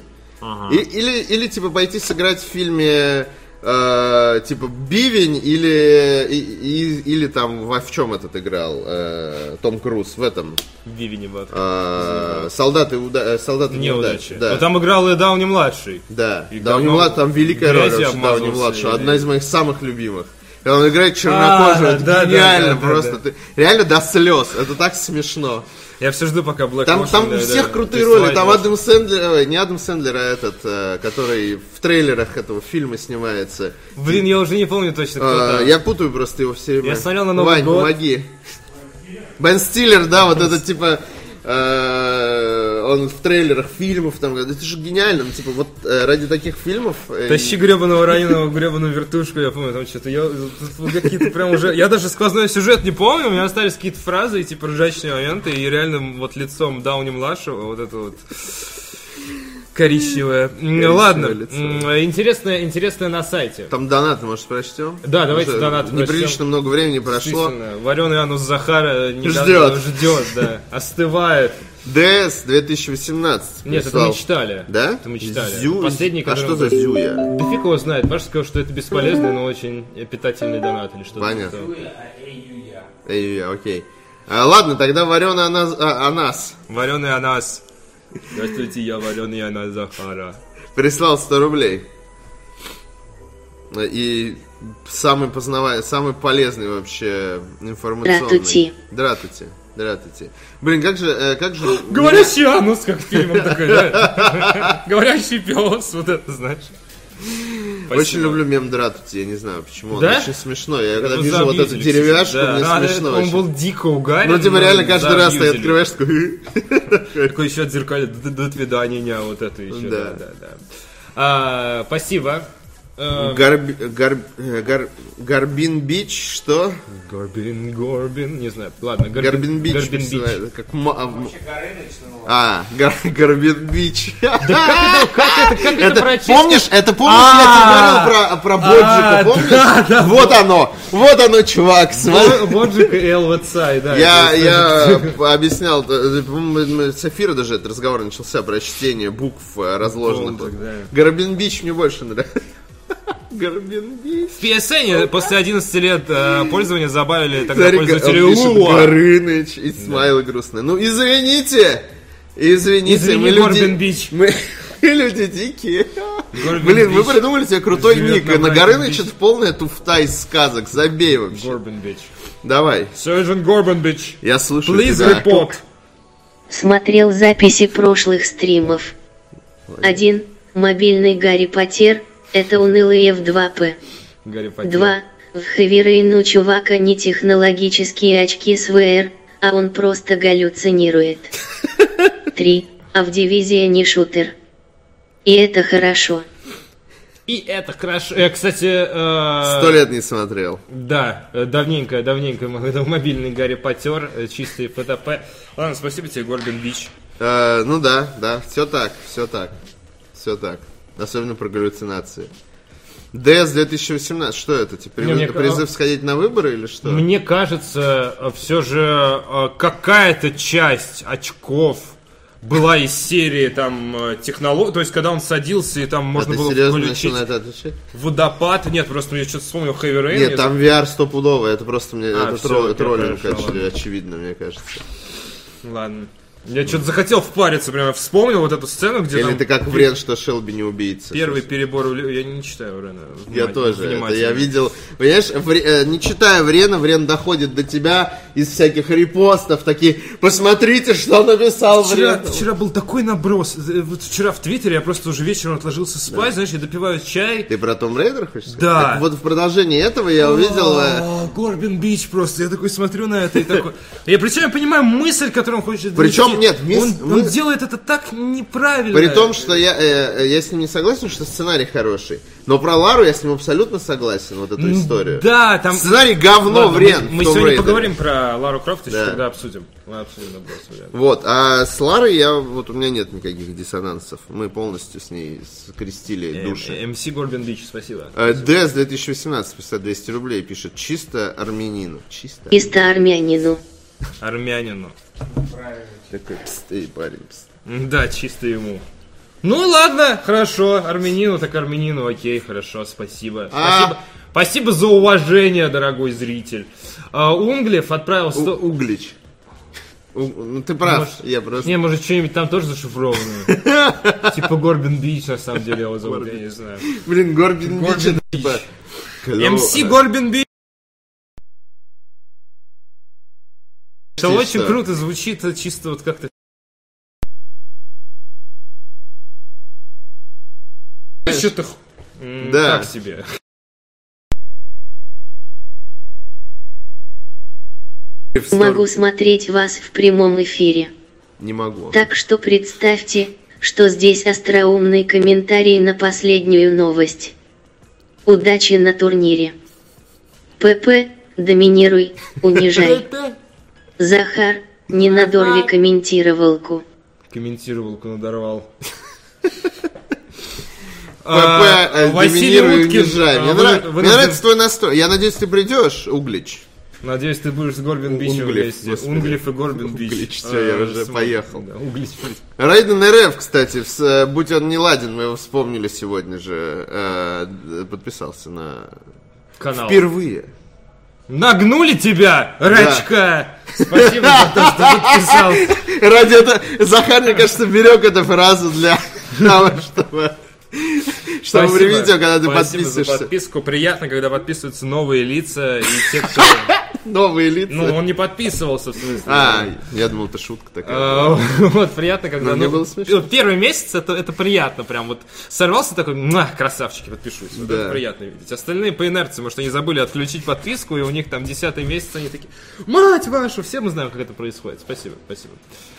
и- или, или, типа, пойти сыграть в фильме э, типа Бивень или, и- и- или там во в чем этот играл э, Том Круз в этом
Вивини Бат.
а, солдаты, уда- э, солдаты неудачи.
Неудачи.
Да.
Но там играл и Дауни младший.
да.
и
Дауни
говном
Млад, там великая роль
грязи
вообще Дауни
обмазывался,
младшего.
и-
Одна из моих самых любимых. Когда он играет чернокожего,
А,
это
да, да,
гениально
да, да,
просто.
да.
Ты- реально до слез. Это так смешно.
Я все жду, пока Блэк
Там,
Ocean,
там
да,
у всех
да,
крутые
ты
роли.
слайд
Там
можешь.
Адам Сэндлер, ой, не Адам Сэндлер, а этот, э, который в трейлерах этого фильма снимается.
Блин, я уже не помню точно, кто
А,
там.
Я путаю просто его все время.
Ну Я смотрел на Новый
Вань,
год.
помоги. Бен Стиллер, да, вот этот типа... э, Он в трейлерах фильмов там, говорит, это же гениально, ну, типа вот э, ради таких фильмов. э,
Тащи гребаного раненого, гребаную вертушку, я помню, там что-то, я тут какие-то прям уже, я даже сквозной сюжет не помню, у меня остались какие-то фразы, и типа ржачные моменты, и реально вот лицом Дауни младшего, вот это вот коричневое. М, Ладно,
лицо.
м, интересное, интересное на сайте.
Там донаты, может, прочтем?
Да, давайте донаты прочтем.
Неприлично много времени прошло.
Вареный анус Захара
Ждёт.
ждет, ждет, да, остывает.
ДС 2018.
Нет, это
прислал.
мы читали.
Да?
Это мы читали.
Зю-
Последний,
А
который
что
он-
за зюя?
Да фиг его знает. Паша сказал, что это бесполезный, но очень питательный донат или что-то.
Понятно.
такое.
Эй, окей. А, ладно, тогда вареная анас... а, анас.
Вареный анас. Здравствуйте, я вареный анас Захара.
Прислал 100 рублей. И самый познава... самый полезный вообще информационный.
Дратути.
Дратути. Дратути. Блин, как же, э, как
[gasps]
же...
Говорящий анус, как фильм такой, да? Говорящий пес, вот это, знаешь.
Очень люблю мем Дратути, я не знаю почему. Он
Да?
очень смешно. Я
Ну,
когда вижу вот эту деревяшку, мне смешно
Он
очень.
был дико угарен.
Ну, типа,
но
реально каждый раз ты
забьюзили.
открываешь такой...
Такой еще отзеркали до, до свидания, вот это еще.
Да.
Да, да, да. А, спасибо. Э,
Гарби- гар- э, гар- Гарбин Бич, что?
Горбин, Горбин, не знаю. Ладно, Горбин,
Гарбин Бич.
Горбин
не
Бич.
знаю, это Как ма- а, м- А, [laughs] Гар- Гарбин Бич.
Как это
Это,
прочесть?
помнишь, это помнишь, я тебе говорил про, про Боджика,
А, да,
помнишь? вот оно, вот оно, чувак, смотри.
Бо- Боджик и LVC, да.
Я,
это-
я объяснял, э, по-моему, мы- с эфира даже этот разговор начался про чтение букв э, разложенных.
Долго, да.
Гарбин Бич мне больше нравится. [laughs] Гарбин Бич.
В PSN после 11 лет э, пользования забавили тогда
Смотри,
пользователи
он пишет,
Луа.
Горыныч и смайлы грустные. Ну, извините, Извините,
Извини,
мы люди...
Горбин Бич.
Мы [laughs] мы люди дикие.
Горбин
Блин, мы
Бич.
придумали себе крутой
Живет
ник.
на Брайтон
Нагорыныч
Бич.
это полная туфта из сказок. Забей вообще.
Горбенбич.
Давай.
Сержант Горбенбич.
Я слышу
Please
тебя.
report.
Смотрел записи прошлых стримов. 1. Мобильный Гарри Поттер, это унылые F2P.
Гарри Поттер.
2. В Хэви у чувака не технологические очки с VR, а он просто галлюцинирует. 3. А в дивизия не шутер. И это хорошо.
И это хорошо. Э, кстати, э,
Сто лет не смотрел.
да, э, давненько, давненько мы- [laughs] это мобильный Гарри Поттер, э, чистый ПТП. Ладно, спасибо тебе, Горбин Бич.
Э, ну да, да, все так, все так, все так. Особенно про галлюцинации. ДС 2018, что это? Типа,
Не, мне
призыв, призыв
ка-
сходить на выборы или что?
Мне кажется, все же э, какая-то часть очков была из серии там технологий, то есть когда он садился и там
А
можно
ты
было
серьезно
включить
начал на это отвечать?
водопад, нет, просто я что-то вспомнил Heavy Rain.
Нет,
я
там VR стопудово, это просто мне
А,
это
всё,
тро-
я
троллинг,
понял,
оч-
ладно.
очевидно, мне кажется.
за- Ладно. Я что-то захотел впариться, прямо вспомнил вот эту сцену, где
Или
там
ты как
пе-
врен, что Шелби не убийца.
первый перебор... у лю- Я не читаю Рена.
Я
вниматель-
тоже, это я
внимательно.
видел. Понимаешь, вре- э, не читая Врена, Врен доходит до тебя из всяких репостов, такие, посмотрите, что написал
Вчера,
Врен.
вчера был такой наброс. Э, Вот вчера в Твиттере я просто уже вечером отложился спать, знаешь, я допиваю чай.
Ты про Том Рейдер хочешь сказать?
Да.
Так вот в продолжении этого я увидел... э,
О, А, Горбин Бич просто. Я такой смотрю на это и такой... Я причем я понимаю мысль, которую он хочет донести.
Причем, нет, мис-
Он-
мы-
Он делает это так неправильно.
При том, что я, э, э, я с ним не согласен, что сценарий хороший. Но про Лару я с ним абсолютно согласен, вот эту историю.
Да, там... ну,
Сценарий говно,
Ладно,
Врен.
мы-
в
Мы
Том
сегодня
Рейдере.
поговорим про Лару Крофт еще
Да.
тогда обсудим. Мы обсудим наброс Врена.
Вот, а с Ларой я, вот у меня нет никаких диссонансов. Мы полностью с ней скрестили души.
Э, МС Горбин Бич, спасибо.
Э, ДС 2018, 50 200 рублей, пишет чисто армянину. Чисто.
Чисто армянину.
Армянину.
Такой пст, эй, парень, пст.
Да, чисто ему. Ну ладно, хорошо, армянину так армянину, окей, хорошо, спасибо.
А.
Спасибо, спасибо за уважение, дорогой зритель. А, Унглев отправил...
У-
сто-
Углич. У- ну, ты прав,
Может,
я просто...
Не, может, что-нибудь там тоже зашифрованное.
[laughs]
Типа Горбин Бич, на самом деле, его зовут, я не знаю.
Блин, Горбин Э,
Горбин
Бич, это
Бич.
типа...
МС
Hello,
Горбин Бич.
Ты
Это очень
что?
круто звучит, э, чисто вот как-то... Что-то... х- м,
Да.
Так себе.
э, в сторону.
Могу смотреть вас в прямом эфире.
Не могу.
Так что представьте, что здесь остроумный комментарий на последнюю новость. Удачи на турнире. ПП, доминируй,
[laughs]
унижай. Захар, не надорви комментировалку.
Комментировалку надорвал.
ПП,
А,
э, доминируй и унижай. Мне, нрав- мне нравится
нравится.
твой настрой. Я надеюсь, ты придешь, Углич.
Надеюсь, ты будешь с Горбин Бичем
Унглиф,
вместе.
господи.
Унглиф и Горбин Бич.
Унглич, всё,
Э,
я уже
смотри,
поехал.
да, Унглич, блин.
Райден РФ, кстати, в с- э, будь он не ладен, мы его вспомнили сегодня же. э, д- подписался на...
Канал.
Впервые.
Нагнули тебя, рачка! Спасибо за то, что подписал.
Ради этого Захар, мне кажется, берег эту фразу для того, чтобы... [laughs] Чтобы
Спасибо.
при видео, когда ты
Спасибо за
подписываешься,
подписку. Приятно, когда подписываются новые лица и
[laughs]
те, кто...
новые лица.
Ну, он не подписывался, в смысле.
А, я думал, это шутка такая.
Э, [laughs] Вот, приятно, когда...
Но мне
ну,
было смешно.
Первый месяц, это, это приятно, прям вот сорвался такой, на, красавчики, подпишусь. Вот
Да.
это приятно видеть. Остальные по инерции, может, они забыли отключить подписку, и у них там десятый месяц, они такие, мать вашу, все мы знаем, как это происходит. Спасибо, спасибо.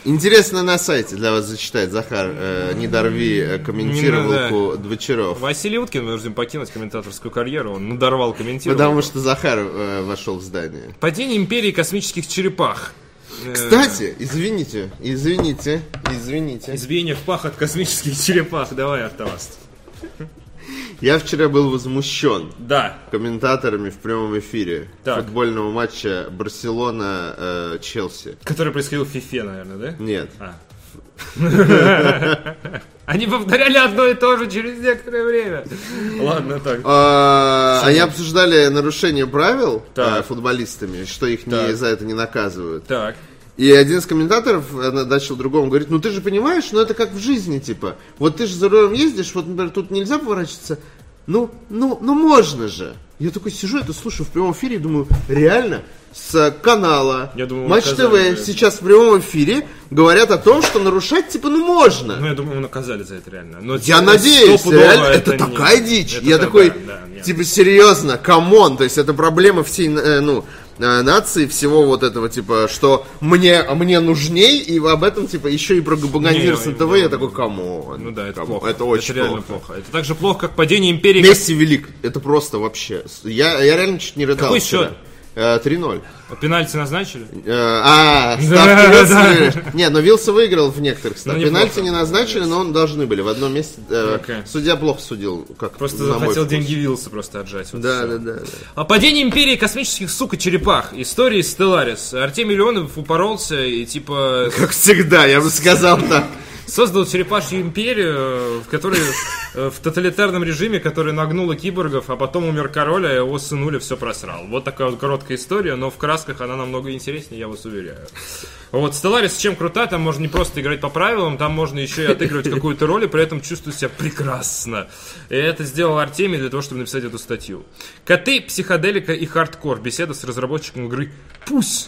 Интересно на сайте для вас зачитать, Захар, э, не дорви э, комментировалку Двочаров.
Василий Уткин вынужден покинуть комментаторскую карьеру, он надорвал комментировать.
Потому что Захар э, вошел в здание.
Падение империи космических черепах. Э,
Кстати, извините, извините, извините.
Избиение в пах от космических черепах. Давай, Артаваст.
Я вчера был возмущен
Да.
комментаторами в прямом эфире
Так.
футбольного матча Барселона-Челси.
Который происходил в Фифе, наверное, да?
Нет.
А. [laughs] Они повторяли одно и то же через некоторое время. Ладно, так.
А, Они обсуждали нарушение правил
Так.
а, футболистами, что их не,
Так.
за это не наказывают.
Так.
И один из комментаторов э, начал другому говорить, ну ты же понимаешь, ну это как в жизни, типа. Вот ты же за рулем ездишь, вот, например, тут нельзя поворачиваться. Ну, ну, ну можно же. Я такой сижу, это слушаю в прямом эфире и думаю, реально, с э, канала
Я думал,
Матч ТВ
наказали за это.
сейчас в прямом эфире говорят о том, что нарушать, типа, ну можно.
Ну, я думаю, наказали за это реально. Но
Я
типа,
надеюсь,
стопудово
реально, это,
не-
такая дичь.
это
я
да,
такой,
да, да, нет.
типа, серьезно, камон, то есть это проблема всей, э, ну, э, нации, всего вот этого, типа, что мне, мне нужней, и об этом, типа, еще и пропагандируют с
Не,
НТВ,
не,
я
не.
такой, камон.
Ну да, это
камон,
плохо.
Это очень
реально
плохо.
плохо. Это так же плохо, как падение империи. как-
Месси велик, это просто вообще. Я, я реально чуть не рыдал.
Какой
вчера.
счет?
Э, 3-0.
Вот Пенальти назначили?
Э, А, ставки
[laughs] Да,
Вилса
да. Ну,
выиграли. Не, но Вилса выиграл в некоторых ставках.
неплохо.
Пенальти не назначили, но он должны были. В одном месте э,
Окей.
судья плохо судил. Как
Просто
на мой
захотел
вкус.
деньги Вилса просто отжать. вот
Да,
всё.
да, да. да.
О падении империи космических, сука, черепах. Истории Стелларис. Артемий Леонов упоролся и, типа,
Как всегда, я бы сказал так.
создал черепашью империю, э, в которой э, в тоталитарном режиме, который нагнула киборгов, а потом умер король, а его сынуля все просрал. Вот такая вот короткая история, но в красках она намного интереснее, я вас уверяю. Вот, Stellaris чем крута, там можно не просто играть по правилам, там можно еще и отыгрывать какую-то роль, и при этом чувствовать себя прекрасно. И это сделал Артемий для того, чтобы написать эту статью. Коты, психоделика и хардкор. Беседа с разработчиком игры Пусь.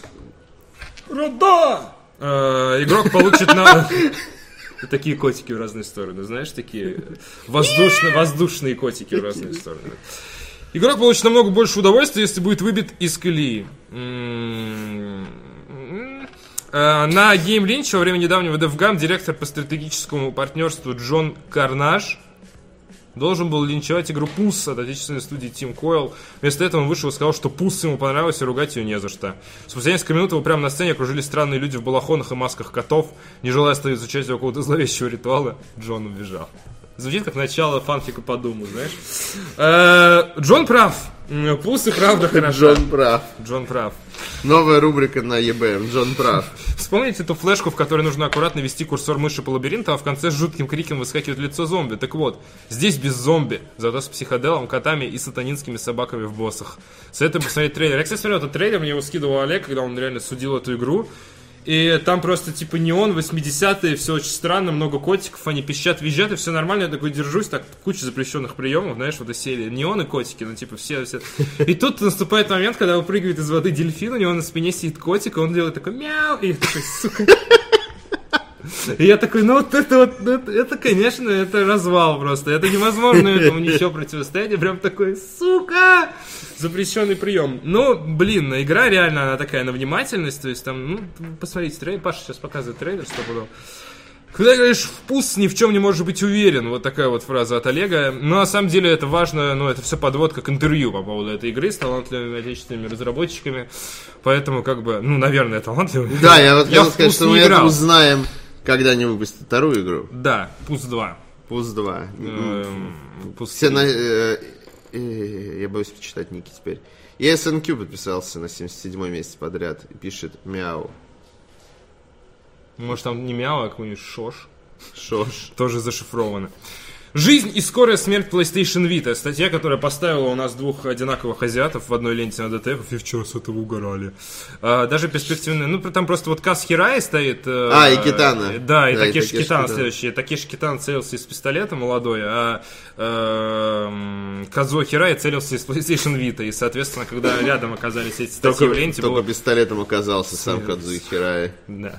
Рода! Э, Игрок получит на... Такие котики в разные стороны, знаешь, такие воздушные, воздушные котики в разные стороны. Игрок получит намного больше удовольствия, если будет выбит из колеи. М, м. Э, На Game Lynch во время недавнего DevGam директор по стратегическому партнерству Джон Карнаж должен был линчевать игру Пус от отечественной студии Team Coil. Вместо этого он вышел и сказал, что Пус ему понравилось и ругать ее не за что. Спустя несколько минут его прямо на сцене окружили странные люди в балахонах и масках котов. Не желая становиться частью какого-то зловещего ритуала, Джон убежал. Звучит как начало фанфика по Думу, знаешь? Э, Джон прав. М, Пус и правда хорошо.
Джон прав.
Джон прав.
Новая рубрика на EBM. Джон прав.
Вспомните ту флешку, в которой нужно аккуратно вести курсор мыши по лабиринту, а в конце с жутким криком выскакивает лицо зомби. Так вот, здесь без зомби, зато с психоделом, котами и сатанинскими собаками в боссах. Советую посмотреть трейлер. Я, кстати, смотрел этот трейлер, мне его скидывал Олег, когда он реально судил эту игру. И там просто типа неон, 80-е, все очень странно, много котиков, они пищат, визжат, и все нормально, я такой держусь, так куча запрещенных приемов, знаешь, вот из серии неон и котики, ну типа все, все. И тут наступает момент, когда выпрыгивает из воды дельфин, у него на спине сидит котик, и он делает такой мяу, и я такой, сука. И я такой, ну вот это вот, ну, это, это, конечно, это развал просто. Это невозможно этому ничего противостоять. Я прям такой, сука! Запрещенный прием. Ну, блин, игра реально, она такая на внимательность. То есть там, ну, посмотрите, трейлер. Паша сейчас показывает трейлер, что когда говоришь вкус, ни в чем не можешь быть уверен. Вот такая вот фраза от Олега. Но на самом деле это важно, но это все подводка к интервью по поводу этой игры с талантливыми отечественными разработчиками. Поэтому, как бы, ну, наверное, талантливыми.
Да, я вот хотел
в
сказать,
«Пус»
что
не
мы это
играл.
узнаем, когда они выпустят вторую игру.
Да, Пус 2.
Пуз 2.
Эм, Пус
Все
3.
на... э, э, Я боюсь почитать ники теперь. И SNQ подписался на 77-й месяц подряд и пишет мяу.
Может, там не мяу, а какой-нибудь шош.
Шош.
Тоже зашифровано. Жизнь и скорая смерть PlayStation Vita. Статья, которая поставила у нас двух одинаковых азиатов в одной ленте на ДТФ, и вчера с этого угорали. А, даже перспективные. Ну, там просто вот Кас Хирай стоит. э,
А, и Китана.
Да, и
Да, и
Такеши
Такеши
Китана
Китана.
следующий. Такеши Китан целился из пистолета молодой, а эм, Казуо Хирай целился из PlayStation Vita. И, соответственно, когда рядом оказались эти статьи в ленте, было
Только пистолетом оказался сам Кадзуи Хирай.
[laughs] да.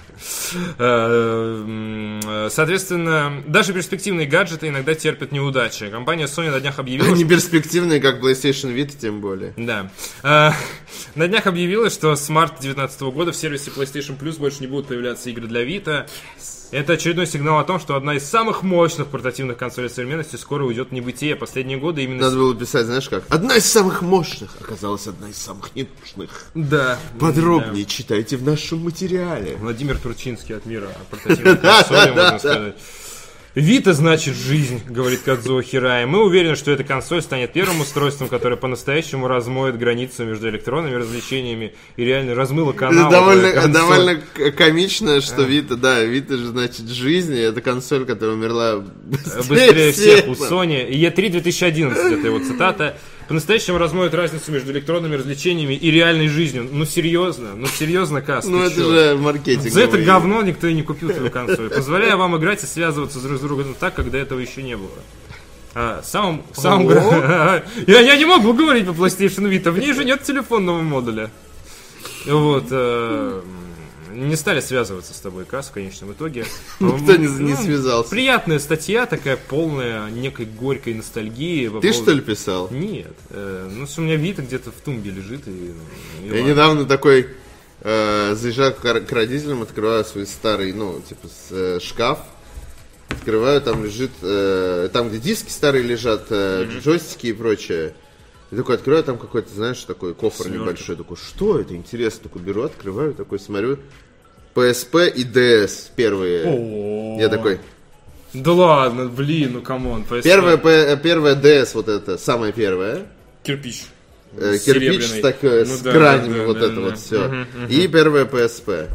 Эм, э, Соответственно, даже перспективные гаджеты иногда терпят неудачи. Компания Sony на днях объявила,
Ну, Не
что...
перспективные, как PlayStation Vita, тем более.
Да. Э, На днях объявила, что с марта 2019 года в сервисе PlayStation Plus больше не будут появляться игры для Vita. Это очередной сигнал о том, что одна из самых мощных портативных консолей современности скоро уйдет в небытие. Последние годы именно...
Надо было писать, знаешь как? Одна из самых мощных оказалась одна из самых ненужных.
Да.
Подробнее читайте в нашем материале.
Владимир Турчинский
[laughs]
от мира портативных консолей, можно сказать. Вита значит жизнь, говорит Кадзуо Хирай. Мы уверены, что эта консоль станет первым устройством, которое по-настоящему размоет границу между электронными развлечениями и реально размыло Э,
Это
канал.
[laughs] довольно, довольно к- комично, что Вита, да, Вита же значит жизнь, и это консоль, [laughs] которая умерла быстрее,
Э, быстрее всех у
всех.
Sony. И E3 2011, это его цитата. по-настоящему размоет разницу между электронными развлечениями и реальной жизнью. Ну серьезно, ну серьезно, Кас,
Ну
ты
это
чё?
же маркетинг.
За это говно никто и не купил твою консоль. Позволяю вам играть и связываться друг с другом так, когда этого еще не было. А, самым, самым... я, [laughs] я не могу говорить по PlayStation Vita, в ней же нет телефонного модуля. Вот. э, не стали связываться с тобой, Кас, в конечном итоге.
[laughs] Никто не, не
Ну,
связался.
Приятная статья, такая полная некой горькой ностальгии. по
Ты
поводу-
что ли писал?
Нет. э, ну, у меня Вита где-то в тумбе лежит. И, ну, и
Я
ладно.
недавно такой э, заезжал к, р- к родителям, открываю свой старый, ну, типа, с, э, шкаф. Открываю, там лежит, э, там, где диски старые лежат, э, джойстики и прочее. И такой открываю, там какой-то, знаешь, такой кофр небольшой. Такой, что это? Интересно. Такой беру, открываю, такой смотрю. PSP и DS первые.
О.
Я такой,
Да ладно, блин, ну камон. PSP.
первая, П- э, первая DS вот это, самая первая.
Кирпич.
Э,
Серебряный.
Кирпич с, так, э,
Ну
с
да,
гранями,
да, да,
вот
да,
это
да.
вот все. И первая PSP.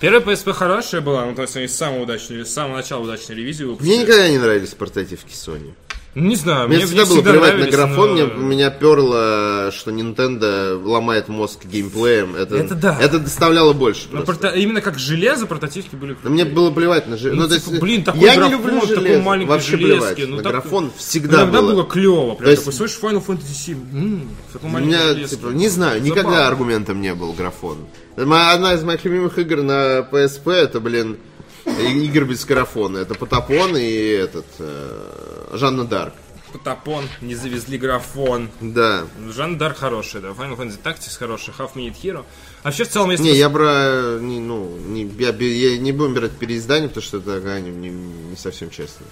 Первая PSP хорошая была, ну, то есть они с самого удачной, с самого начала удачной ревизии
Мне
выпустили.
никогда не нравились портативки Sony.
Не знаю,
Мне
А мне,
всегда
мне
было плевать на
нравились, э,
графон,
но-
мне, меня перло, что Nintendo ломает мозг геймплеем. Это,
Это да.
Это доставляло больше
но
просто.
порта- Именно как железо прототипки были
Но мне было плевать на же-
Ну,
ну, то
типа,
есть,
блин, такой
я
графон,
не люблю
такой
железо,
маленькой
вообще
железки,
плевать.
ну,
на
так-
графон
Когда
всегда
Иногда было,
было.
клево, прям
То есть-
такой, слышишь, Final Fantasy VII, м, в таком
У
маленьком
меня,
железке.
типа, не знаю, никогда
Забавно.
аргументом не был графон. Это моя- Одна из моих любимых игр на PSP это, блин, и- игр без графона. Это Потапон и этот э, Жанна Дарк.
Потапон, не завезли графон.
Да.
Жанр Дар хороший, да. Final Fantasy Tactics хороший, Half Minute Hero. А вообще, в целом, если...
Не, я про... Не, ну, не, я, бе- я не будем брать переиздание, потому что это а, не, не- не совсем честно.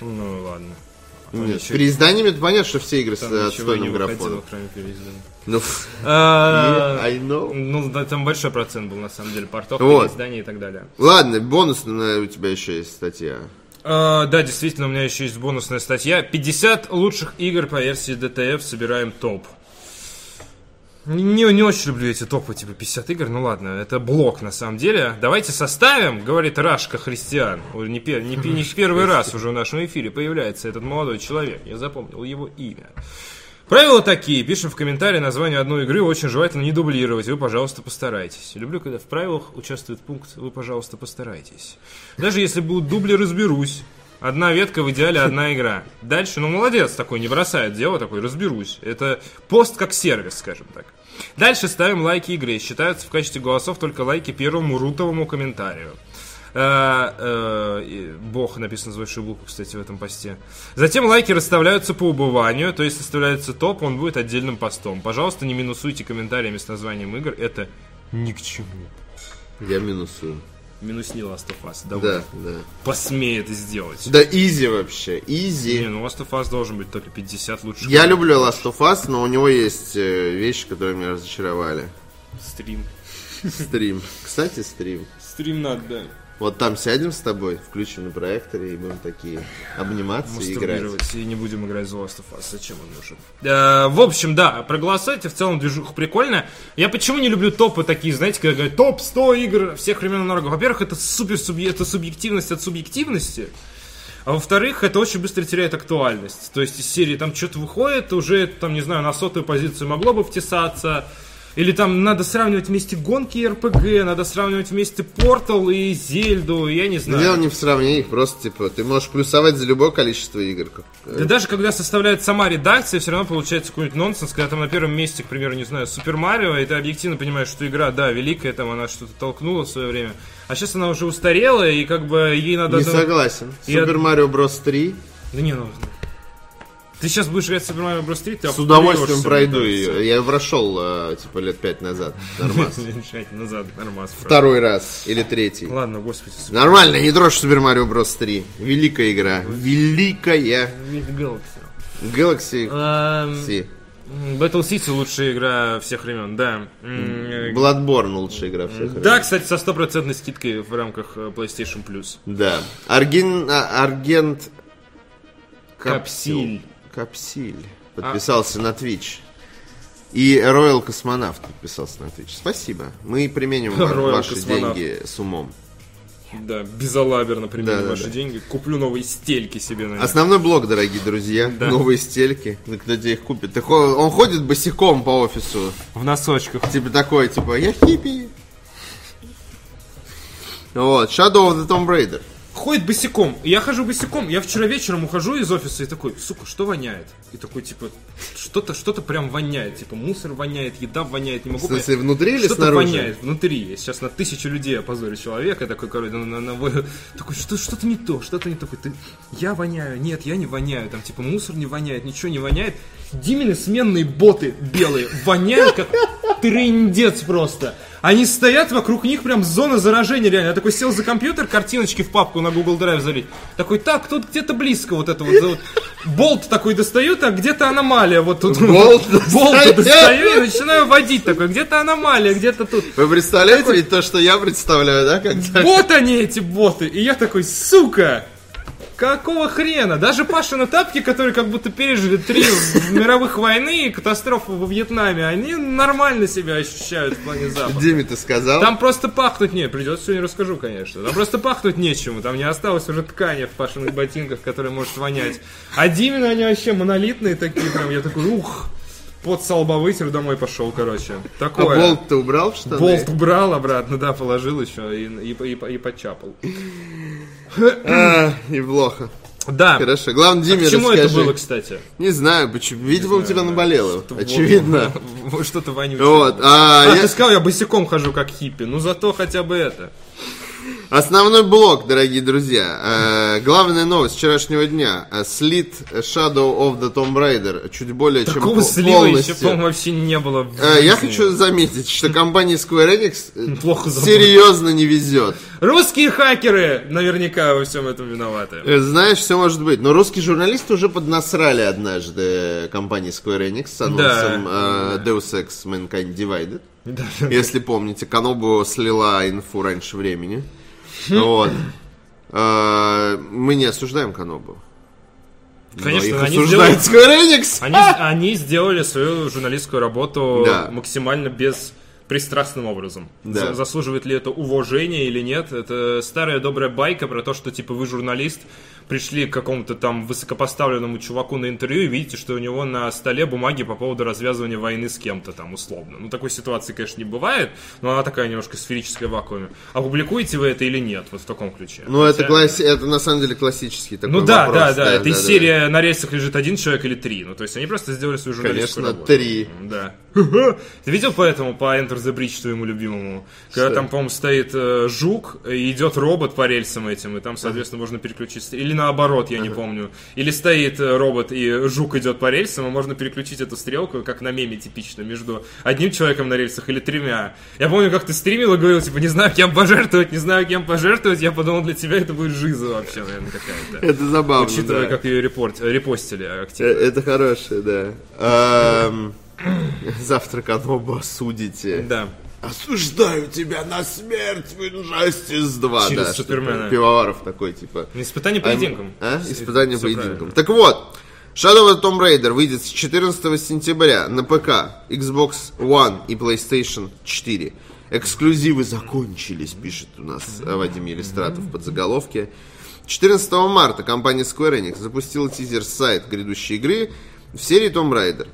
Ну, ладно. Там
Нет, с
ничего-
переизданиями это понятно, что все игры с
там
э,
ничего и не
отстойным
выходило,
графоном.
кроме переиздания.
Ну,
А,
[laughs] I know.
Ну, да, там большой процент был, на самом деле, портов,
Вот.
изданий и так далее.
Ладно, бонусная у тебя еще есть статья.
А, да, действительно, у меня еще есть бонусная статья. 50 лучших игр по версии DTF собираем топ. Не, не очень люблю эти топы, типа 50 игр, ну ладно, это блок на самом деле. Давайте составим, говорит Рашка Христиан. Ой, Не, пер- не пе- не в первый раз уже в нашем эфире появляется этот молодой человек. Я запомнил его имя. Правила такие. Пишем в комментарии название одной игры. Очень желательно не дублировать. Вы, пожалуйста, постарайтесь. Люблю, когда в правилах участвует пункт «Вы, пожалуйста, постарайтесь». Даже если будут дубли, разберусь. Одна ветка, в идеале одна игра. Дальше, ну молодец, такой не бросает дело, такой разберусь. Это пост как сервис, скажем так. Дальше ставим лайки игре. Считаются в качестве голосов только лайки первому рутовому комментарию. Э, э, и Бог написано с большой буквы, кстати, в этом посте. Затем лайки расставляются по убыванию, то есть составляется топ, он будет отдельным постом. Пожалуйста, не минусуйте комментариями с названием игр, это ни к чему.
Я минусую.
Минусни Last of Us,
Да, да.
посмеет сделать.
Да изи вообще, изи.
Не, ну Last of Us должен быть только 50 лучших.
Я люблю Last of Us, но у него есть э, вещи, которые меня разочаровали.
Стрим. [laughs]
Стрим. Кстати, стрим.
Стрим надо, да.
Вот там сядем с тобой, включим на проекторе и будем такие обниматься и играть.
Мастурбировать и не будем играть в The Last of Us. Зачем он нужен? Э, в общем, да, проголосуйте. В целом движуха прикольная. Я почему не люблю топы такие, знаете, когда говорят топ 100 игр всех времен и народов. Во-первых, это супер субъ- это субъективность от субъективности. А во-вторых, это очень быстро теряет актуальность. То есть из серии там что-то выходит, уже там, не знаю, на сотую позицию могло бы втесаться. Или там надо сравнивать вместе гонки и РПГ, надо сравнивать вместе Портал и Зельду, я не знаю.
Ну, Дело не в сравнении, просто типа ты можешь плюсовать за любое количество игр. как-
Да даже когда составляет сама редакция, все равно получается какой-нибудь нонсенс, когда там на первом месте, к примеру, не знаю, Супер Марио, и ты объективно понимаешь, что игра, да, великая, там она что-то толкнула в свое время, а сейчас она уже устарела, и как бы ей надо...
Не
там-
согласен.
Я-
Супер Марио Брос 3.
Да не, ну... Ты сейчас будешь играть в Супер Марио Брос 3, ты
С удовольствием
охуеваешь,
пройду
да,
ее. Я ее прошел э, типа лет пять
[laughs]
назад. Нормально.
всё. Замечательно, назад, нормас.
Второй раз или третий.
Ладно, господи, Супер
Нормально, не трожь Супер Марио Брос 3. Великая игра. Великая.
Mario
Galaxy
Galaxy.
C.
Эм, Battle City лучшая игра всех времен, да. М, э,
Bloodborne лучшая игра всех времен.
Да, кстати, со стопроцентной скидкой в рамках э, PlayStation Plus.
Да. Арген... а, Аргент...
Капсиль. А-
Капсиль. Подписался на Twitch. И Royal Космонавт подписался на Twitch. Спасибо. Мы применим ва-
Royal
ваши
Космонавт.
деньги с умом.
Да, безалаберно примерю
Да-да-да.
ваши деньги. Куплю новые стельки себе на
Основной блок, дорогие друзья, новые стельки. Ну, Кто тебе их купит? Ты хо- Он ходит босиком по офису.
В носочках.
Типа такой, типа, я хиппи. Вот, Shadow of the Tomb Raider.
Ходит босиком. Я хожу босиком. Я вчера вечером ухожу из офиса и такой, сука, что воняет? И такой, типа, что-то, что-то прям воняет. Типа, мусор воняет, еда воняет, не
В
могу
смысле,
понять.
внутри или
Что-то
снаружи?
воняет внутри. Я сейчас на тысячу людей опозорю человека, такой, короче, на, на- на волю. такой, что, что-то не то, что-то не то. Такой, Ты, я воняю, нет, я не воняю. Там, типа, мусор не воняет, ничего не воняет. Димины сменные боты белые воняют, как трындец просто. Они стоят, вокруг них прям зона заражения реально. Я такой сел за компьютер, картиночки в папку на Google Drive залить. Такой, так, тут где-то близко вот это вот. вот. Болт такой достаю, так где-то аномалия. Вот тут
Болт достаю.
болт достаю и начинаю водить такой. Где-то аномалия, где-то тут.
Вы представляете ведь то, что я представляю, да? Когда...
Вот они, эти боты. И я такой, сука! Какого хрена? Даже Паша на тапке, которые как будто пережили три мировых войны и катастрофу во Вьетнаме, они нормально себя ощущают в плане запаха.
Диме ты сказал?
Там просто пахнуть не, придется сегодня расскажу, конечно. Там просто пахнуть нечему, там не осталось уже ткани в пашиных ботинках, которые может вонять. А Димина они вообще монолитные такие, прям я такой, ух, под солба вытер, домой пошел, короче.
А
Такое.
болт ты убрал в штаны?
Болт брал обратно, да, положил еще и, и, и- и подчапал.
А, и плохо.
Да.
Хорошо. Главное, Диме
Почему это
расскажи.
было, кстати?
Не знаю, почему. Видимо, у тебя наболело.
Что-то
Очевидно.
вот- вот Что-то вонючее.
Вот.
А,
а, я-
ты сказал, я босиком хожу, как хиппи. Ну, зато хотя бы это.
Основной блок, дорогие друзья. Э, главная новость вчерашнего дня. Э, Слит Shadow of the Tomb Raider чуть более чем
Такого
пол-
слива еще, по-моему,
полностью.
вообще не было. в
Э, Я
жизни.
хочу заметить, что компании Square Enix э,
Плохо забыл.
серьезно не везет.
Русские хакеры наверняка во всем этом виноваты.
Э, Знаешь, все может быть. Но русские журналисты уже поднасрали однажды э, компании Square Enix с анонсом э, Deus Ex Mankind Divided.
Да.
Если помните, Канобу слила инфу раньше времени. Вот. Э, Мы не осуждаем Канобу. Но
Конечно,
Ну, их
они
осуждает
сделали,
Square Enix.
они, они сделали свою журналистскую работу
Да.
максимально без пристрастным образом.
Да.
За- Заслуживает ли это уважение или нет? Это старая добрая байка про то, что типа вы журналист, пришли к какому-то там высокопоставленному чуваку на интервью и видите, что у него на столе бумаги по поводу развязывания войны с кем-то там условно. Ну такой ситуации, конечно, не бывает, но она такая немножко сферическая в вакууме. Опубликуете вы это или нет? Вот в таком ключе.
Ну, это,
Хотя-
класс- это на самом деле классический такой
ну да,
вопрос,
да, да, Это из серии на рельсах лежит один человек или три. Ну, то есть они просто сделали свою журналистскую
Конечно,
работу.
три.
Да. [laughs] Ты видел поэтому по Enter the Bridge своему любимому? Когда
Что?
там, по-моему, стоит э, жук, и идет робот по рельсам этим, и там, соответственно, можно переключить. Или наоборот, я не помню. Или стоит э, робот, и жук идет по рельсам, и можно переключить эту стрелку, как на меме типично, между одним человеком на рельсах или тремя. Я помню, как ты стримил и говорил, типа, не знаю, кем пожертвовать, не знаю, кем пожертвовать. Я подумал, для тебя это будет жиза вообще, наверное, какая-то.
Это забавно,
Учитывая,
Ну да.
как ее репорт, репостили
Э,
активно.
Это хорошее, да. Эм, [clears throat] Завтра Канобу осудите.
Да.
Осуждаю тебя на смерть в Injustice 2.
Через
да, что
Супермена.
там Пивоваров такой, типа.
На испытание поединком.
А? Испытание
Всё
поединком. Так вот, Shadow of the Tomb Raider выйдет с 14 сентября на ПК, Xbox One и PlayStation 4. Эксклюзивы закончились, пишет у нас э, Вадим Елистратов под заголовки. 14 марта компания Square Enix запустила тизер-сайт грядущей игры в серии Tomb Raider.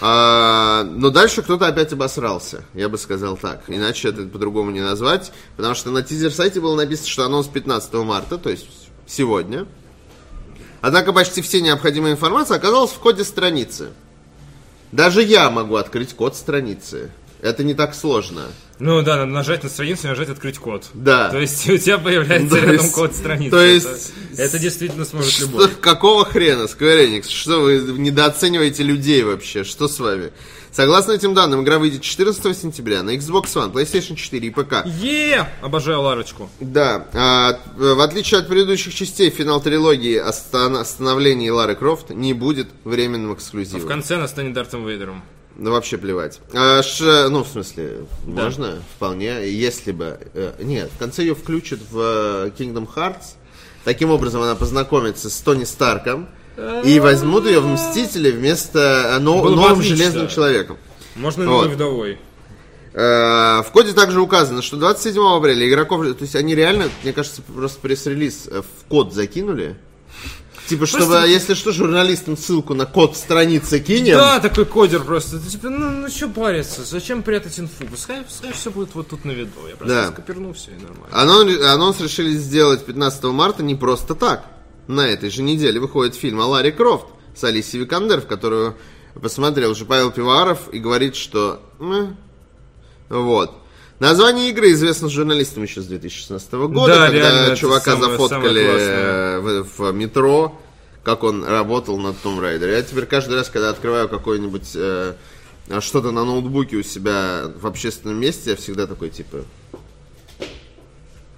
А, но дальше кто-то опять обосрался, я бы сказал так. Иначе это по-другому не назвать. Потому что на тизер-сайте было написано, что анонс 15 марта, то есть сегодня. Однако почти все необходимая информация оказалась в коде страницы. Даже я могу открыть код страницы. Это не так сложно.
Ну да, надо нажать на страницу и нажать открыть код.
Да.
То есть [laughs] у тебя
[laughs]
появляется
То
рядом
есть-
код страницы.
то есть-
Это, это
[laughs]
действительно сможет
Что,
любой.
какого хрена, Square Enix? Что вы недооцениваете людей вообще? Что с вами? Согласно этим данным, игра выйдет 14 сентября на Xbox One, PlayStation 4 и ПК.
Е! Обожаю Ларочку.
Да, а, в отличие от предыдущих частей, финал трилогии о стан- становлении Лары Крофт не будет временным
В
эксклюзивом.
конце она станет Дартом Вейдером.
Ну, вообще плевать. А, ш- ну, в смысле, можно? Вполне. Если бы... э, нет, в конце ее включат в э, Kingdom Hearts. Таким образом, она познакомится с Тони Старком. И возьмут ее в Мстители вместо э, но-
Было бы
новым
отлично.
Железным Человеком.
Можно
Вот.
новой вдовой.
Э, В коде также указано, что 27 апреля игроков... То есть они реально, мне кажется, просто пресс-релиз э, в код закинули. Типа, чтобы, если что, журналистам ссылку на код страницы кинем.
Да, такой кодер просто. Ты типа, ну, ну что париться, зачем прятать инфу? Пускай, все будет вот тут на виду. Я просто
Да.
скоперну все и нормально.
Анон- анонс решили сделать 15 марта не просто так. На этой же неделе выходит фильм о Ларе Крофт с Алисией Викандер, в которую посмотрел уже Павел Пиваров и говорит, что... «М». Вот. Название игры известно журналистам еще с 2016 года,
Да,
когда
реально, это
чувака
самое-
зафоткали
самое классное.
э, в, в метро, как он работал над Том Райдер. Я теперь каждый раз, когда открываю какое-нибудь э, что-то на ноутбуке у себя в общественном месте, я всегда такой, типа,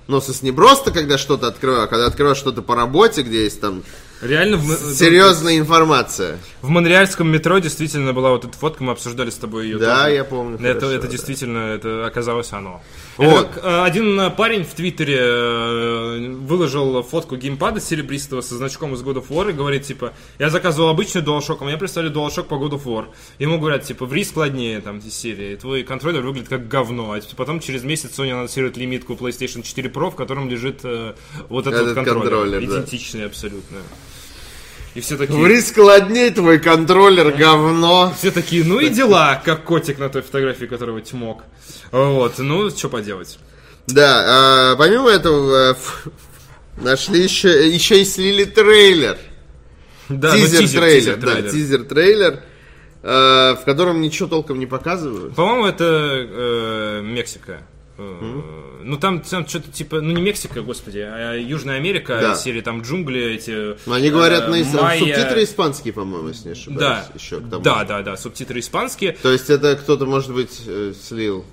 но с- не просто, когда что-то открываю, а когда открываю что-то по работе, где есть там
Реально, в,
серьезная информация.
в Монреальском метро действительно была вот эта фотка, мы обсуждали с тобой ее.
Да, я помню
Это,
хорошо,
это
да.
действительно, это оказалось оно.
Вот.
Это как, э, один э, парень в Твиттере э, выложил фотку геймпада серебристого со значком из God of War и говорит, типа, я заказывал обычный DualShock, а мне прислали DualShock по God of War. Ему говорят, типа, ври складнее там из серии, твой контроллер выглядит как говно. А потом через месяц Sony анонсирует лимитку PlayStation 4 Pro, в котором лежит э, вот этот,
Этот
вот контроллер.
контроллер, да.
Идентичный абсолютно. И все такие...
Ври складней твой контроллер, говно.
Все такие, ну и дела, как котик на той фотографии, которого тьмок. Вот, ну, что поделать.
Да, а, помимо этого, э, ф- нашли еще, еще и слили трейлер.
Да, ну,
Тизер-трейлер, да,
тизер-трейлер.
тизер-трейлер, э, в котором ничего толком не показывают.
По-моему, это э, Мексика. Э, Ну там, там что-то типа, ну не Мексика, господи, а Южная Америка,
Да.
серии там джунгли эти.
Но они говорят
э,
на ис-
майя.
субтитры испанские, по-моему, если не ошибаюсь.
Да.
Еще к тому.
да, да, да, субтитры испанские.
То есть это кто-то, может быть, э, слил.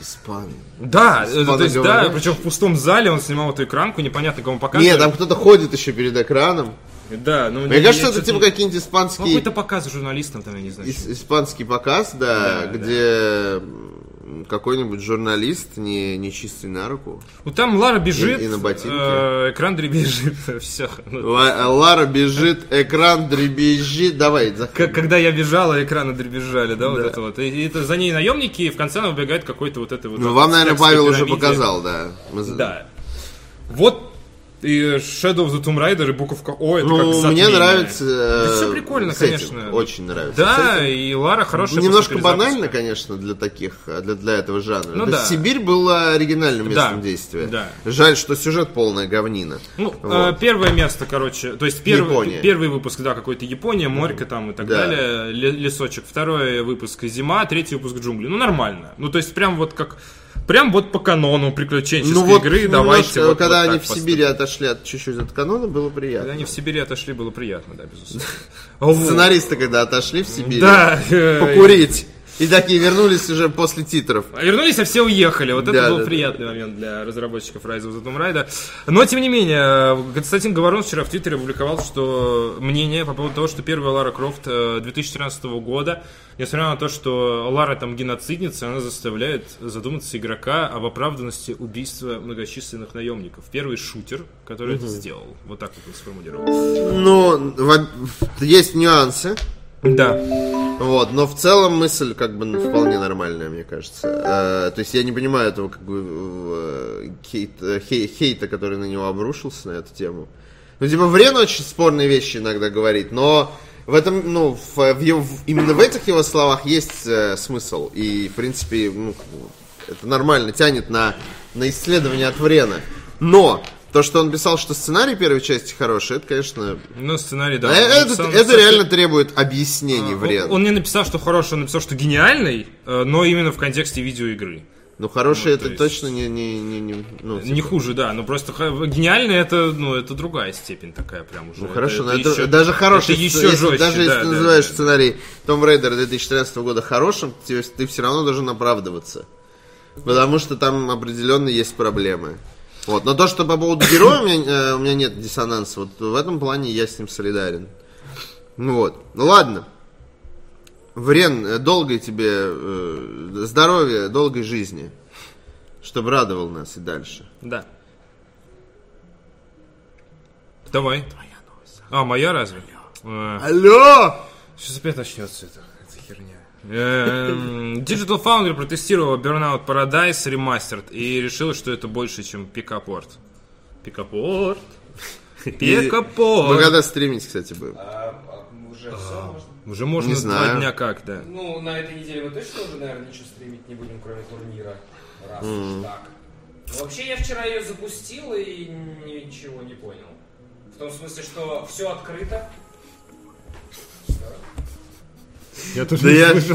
Испан.
Да, э, то есть, да,
Испаноговорящий.
причем в пустом зале он снимал эту экранку, непонятно кому показывали.
Нет, там кто-то ходит еще перед экраном.
Да, ну
Мне
я-
кажется,
я
это
чё-то
типа
не-
какие-нибудь
Ну,
испанские...
какой-то показ журналистам там, я не знаю.
ис- испанский показ, да, где м, какой-нибудь журналист не, не чистый на руку.
Ну там Лара бежит,
И- и на ботинке.
э, экран дребезжит, [laughs] Ну, все.
Ла- Лара бежит, экран дребезжит. Давай, за-
Когда я бежала, экраны дребезжали, да, вот это вот. И, и это за ней наемники, и в конце она выбегает какой-то вот это вот.
Ну, вам, наверное,
текст на
Павел уже
пирамиде.
показал, да. Мы за-
Да. Вот и Shadow of the Tomb Raider, и буковка О, это как
Ну, мне
затмение.
нравится...
Да
э,
всё прикольно,
сеттинг,
конечно.
Очень нравится.
Да, и Лара хорошая.
Немножко
после перезапуска.
банально, конечно, для таких, э, для, для этого жанра.
Ну
То есть
да.
Сибирь была оригинальным местом
Да,
действия.
да.
Жаль, что сюжет полная говнина.
Ну,
Вот.
э, первое место, короче, то есть первый,
Япония.
первый выпуск, да, какой-то Япония, морька там и так
Да.
далее, ле- лесочек. Второй выпуск зима, третий выпуск джунгли. Ну, нормально. Ну, то есть прям вот как, прям вот по канону приключенческой игры,
Ну немножко,
давайте. вот-
э, когда
вот
они
так
в
поступим.
Сибири отошли от чуть-чуть от канона, было приятно.
Когда они в Сибири отошли, было приятно, да, безусловно.
[laughs]
Вот.
Сценаристы, когда отошли в Сибирь,
Да. э,
покурить. И такие вернулись уже после титров.
А Вернулись, а все уехали. Вот
Да,
это был
да,
приятный момент для разработчиков Rise of the Tomb Raider. Но, тем не менее, э, Константин Говорун вчера в Твиттере опубликовал что мнение по поводу того, что первая Лара Крофт э, 2013 года, несмотря на то, что Лара там геноцидница, она заставляет задуматься игрока об оправданности убийства многочисленных наемников. Первый шутер, который это сделал. Вот так вот он сформулировал.
Ну, во- есть нюансы.
Да.
Вот, но в целом мысль как бы ну, вполне нормальная, мне кажется. Э, то есть я не понимаю этого как бы э, хейт- э, хей- хейта, который на него обрушился на эту тему. Ну, типа, Врен очень спорные вещи иногда говорит, но в этом, ну, в, в его- в- именно в этих его словах есть э, смысл. И, в принципе, ну, как бы, это нормально тянет на, на исследование от Врена. Но то, что он писал, что сценарий первой части хороший, это, конечно...
Ну, сценарий, да.
э,
он
Это,
написал-
это реально требует объяснений
А, Он,
Врена.
он не написал, что хороший, он написал, что гениальный, э, но именно в контексте видеоигры.
Ну, хороший
Ну,
это
то есть-
точно не... не, не, не- ну, типа,
Не хуже, да, но просто х- гениальный это, ну, это другая степень такая прям уже.
ну, хорошо, но
это
это,
еще-
даже хороший,
это еще
если-
жестче,
даже если
да,
ты
да,
называешь
да, да.
сценарий Том Рейдера 2013 года хорошим, то есть ты все равно должен оправдываться. Потому что там определенно есть проблемы. Вот. Но то, что по поводу героя у меня, э, у меня нет диссонанса, вот в этом плане я с ним солидарен. Ну вот. Ну ладно. Врен, э, долгой тебе э, здоровья, долгой жизни. Чтобы радовал нас и дальше.
Да. Давай. А, моя разве? А,
Алло!
Сейчас опять начнется это, эта херня. Эм, Digital Foundry протестировала Burnout Paradise Remastered и решила, что это больше, чем пикапорт.
[laughs]
Пикапорт.
Мы
Пикапорт.
когда стримить, кстати, будем?
А, а, уже все можно?
Уже можно
Не
два
знаю.
дня как, да.
Ну, на этой неделе мы точно уже, наверное, ничего стримить не будем, кроме турнира. Раз уж так. Но вообще, я вчера ее запустил и ничего не понял. В том смысле, что все открыто.
Я тоже
Да
не
я-
слышал.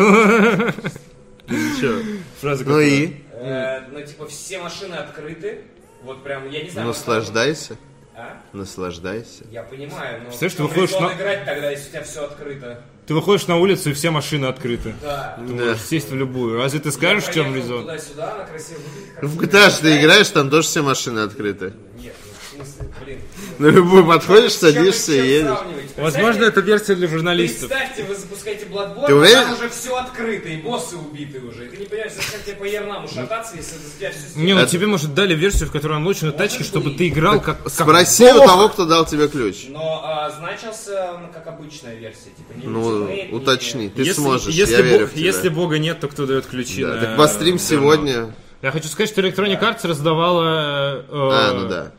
Чё?
Фраза
Ну
какая-то.
и?
Э, ну, типа, все машины открыты. Вот прям, я не знаю... как-
Ну, Наслаждайся.
А?
Наслаждайся.
Я понимаю, но...
Представляешь,
в
ты
чём
выходишь
резон
на-
играть тогда, если у тебя все открыто?
Ты выходишь на улицу, и все машины открыты.
Да.
Ты можешь сесть в любую. Разве ты скажешь, в
Я
чем
проехал
резон?
Туда-сюда, она красиво выглядит. как
В
всегда.
А
GTA ж ты играешь, там тоже все машины открыты.
Нет, ну, в смысле, блин.
На любую подходишь,
Чем-
садишься
чем
и едешь.
сравнивать?
Возможно, это версия для журналистов.
Представьте, вы запускаете Bloodborne,
Ты уверен?
там уже все открыто, и боссы убиты уже. И ты не понимаешь, зачем тебе по ернаму шататься, если у тебя все
Не, ну
Это-
тебе, может, дали версию, в которой анлочены тачки, чтобы ты играл как... как
Спроси у
бог.
того, кто дал тебе ключ.
Но а, значился, ну, как обычная версия, типа не
Ну,
мультиплеер, не-
уточни, ты
Если-
сможешь,
если
я верю
Бог-
в тебя.
Если бога нет, то кто дает ключи
Да,
на-
так пострим
на
сегодня.
Я хочу сказать, что Electronic Arts раздавала... э,
А, ну да.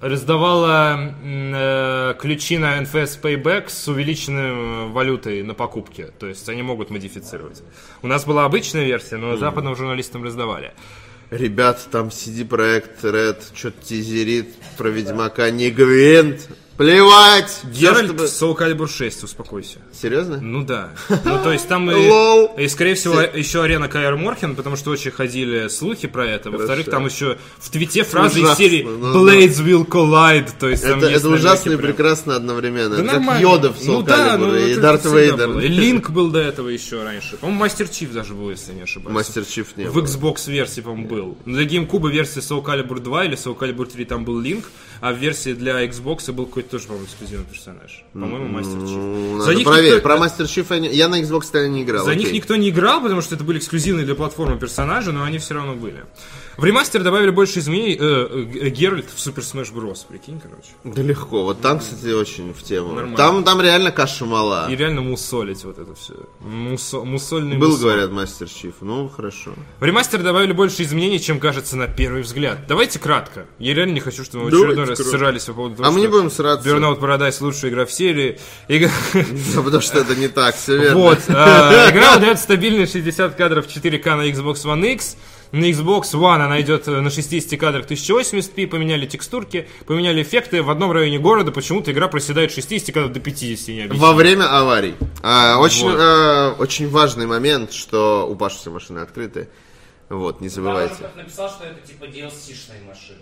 Раздавала м, э, ключи на NFS Payback с увеличенной э, валютой на покупке. То есть они могут модифицировать. У нас была обычная версия, но западным журналистам раздавали.
Ребят, там CD Projekt Red что-то тизерит про Ведьмака, не Гвинт. Плевать!
Геральт
Всё, чтобы-
Soul Calibur 6, успокойся.
Серьезно?
Ну да. Ну то есть там
Лол.
и, и скорее всего, еще арена Кайр Морхен, потому что очень ходили слухи про это. Во-вторых, там еще в твите фразы из
Ужасно,
серии
ну, ну.
Blades will collide. То есть там
Это,
есть
это
намеки
ужасно и
прям.
прекрасно одновременно.
Да
Это как
нормально.
Йода в Soul
Ну да,
Calibur
ну,
и
это
Дарт
всегда
Вейдер.
было. И Линк был до этого еще раньше. По-моему, Мастер Чиф даже был, если не ошибаюсь.
Мастер Чиф не
В
было.
Xbox версии, по-моему, был. Но Для GameCube версии Soul Calibur 2 или Soul Calibur 3 там был Линк, а в версии для Xbox был какой-то тоже, по-моему, эксклюзивный персонаж. По-моему, Мастер
Ну,
Чиф.
Надо
За них
проверить.
никто-
Про Мастер Чифа я, не- я на Xbox тогда не играл.
за
окей.
них никто не играл, потому что это были эксклюзивные для платформы персонажи, но они все равно были. В ремастер добавили больше изменений. э, э, Геральт в Супер Smash Bros. Прикинь, короче.
Да легко. Вот там, кстати, очень в тему.
Нормально.
Там, там реально каша мала.
И реально мусолить вот это все. Мусо, мусольный
А. Был,
мусол.
говорят, Мастер Чиф. Ну, хорошо.
В ремастер добавили больше изменений, чем кажется на первый взгляд. Давайте кратко. Я реально не хочу, чтобы мы в очередной
Давайте
раз
кратко.
срались по поводу того,
а мы не
что
будем сраться.
Burnout Paradise лучшая игра в серии. Игра-
[laughs] Да, потому что это не так, все верно.
[laughs] Вот. э, Игра выдает стабильные 60 кадров 4К на Xbox One X. На Xbox One она идет э, на 60 кадрах 1080p, поменяли текстурки, поменяли эффекты. В одном районе города почему-то игра проседает с 60 кадров до 50, не объясню.
[laughs] Во время аварий. А, очень,
Вот.
а, очень важный момент, что у Паши все машины открыты. Вот, не забывайте.
кто-то написал, что это типа DLC-шные машины.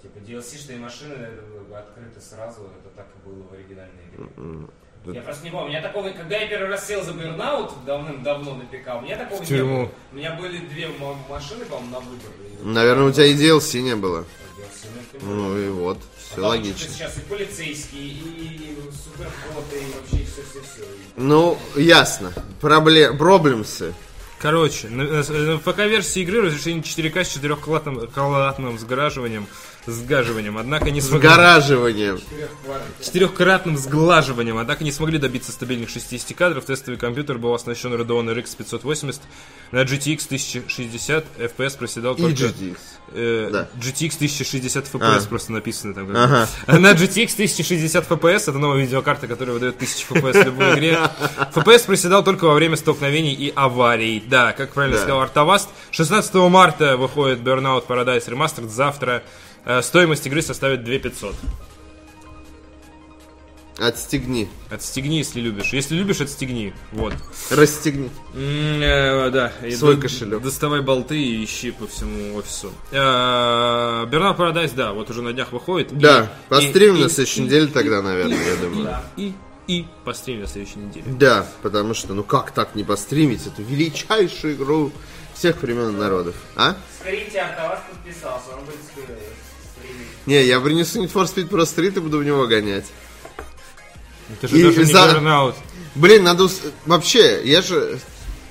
Типа DLC-шные машины э, открыты сразу, это так и было в оригинальной игре.
М-м,
Я просто не помню. У меня такого, когда я первый раз сел за Burnout давным-давно на ПК, у меня такого не
тюрьму.
было. У меня были две м- машины, по-моему, на выбор. И
Наверное, у тебя и DLC не было.
DLC, ну, это не
Ну и вот, все
Потому что
логично.
типа Сейчас и полицейские, и суперкоты, и вообще все-все-все.
Ну, ясно. Проблем, проблемсы.
Короче, на, на- на ПК-версии игры разрешение 4К с 4-кратным сгораживанием, сгаживанием, однако не смогли...
Сгораживание.
Четырехкратным сглаживанием, однако не смогли добиться стабильных 60 кадров. Тестовый компьютер был оснащен Radeon RX 580 на GTX 1060 FPS проседал
И
только...
GTX.
э,
Да.
GTX 1060 FPS
А.
просто написано там.
Ага.
На GTX 1060 FPS, это новая видеокарта, которая выдает 1000 FPS в любой игре.
[laughs]
FPS проседал только во время столкновений и аварий. Да, как правильно
Да.
сказал Артаваст, 16 марта выходит Burnout Paradise Remastered, завтра Э, стоимость игры составит 2500.
Отстегни.
Отстегни, если любишь. Если любишь, отстегни. Вот.
Расстегни.
э, да.
Свой кошелек.
Доставай болты и ищи по всему офису. Бернард Парадайз, Э, да, вот уже на днях выходит. И-
Да, пострим
и-
на
и-
следующей неделе тогда, наверное, я думаю.
И, и пострим на следующей неделе.
Да, потому что, ну как так не постримить эту величайшую игру всех времен и народов, а?
Скорите, Артавас подписался, он будет стримить.
Не, я принесу Need for Speed Pro Street и буду в него гонять.
Это же
И
даже не
за-
Burnout.
Блин, надо... ус- Вообще, я же...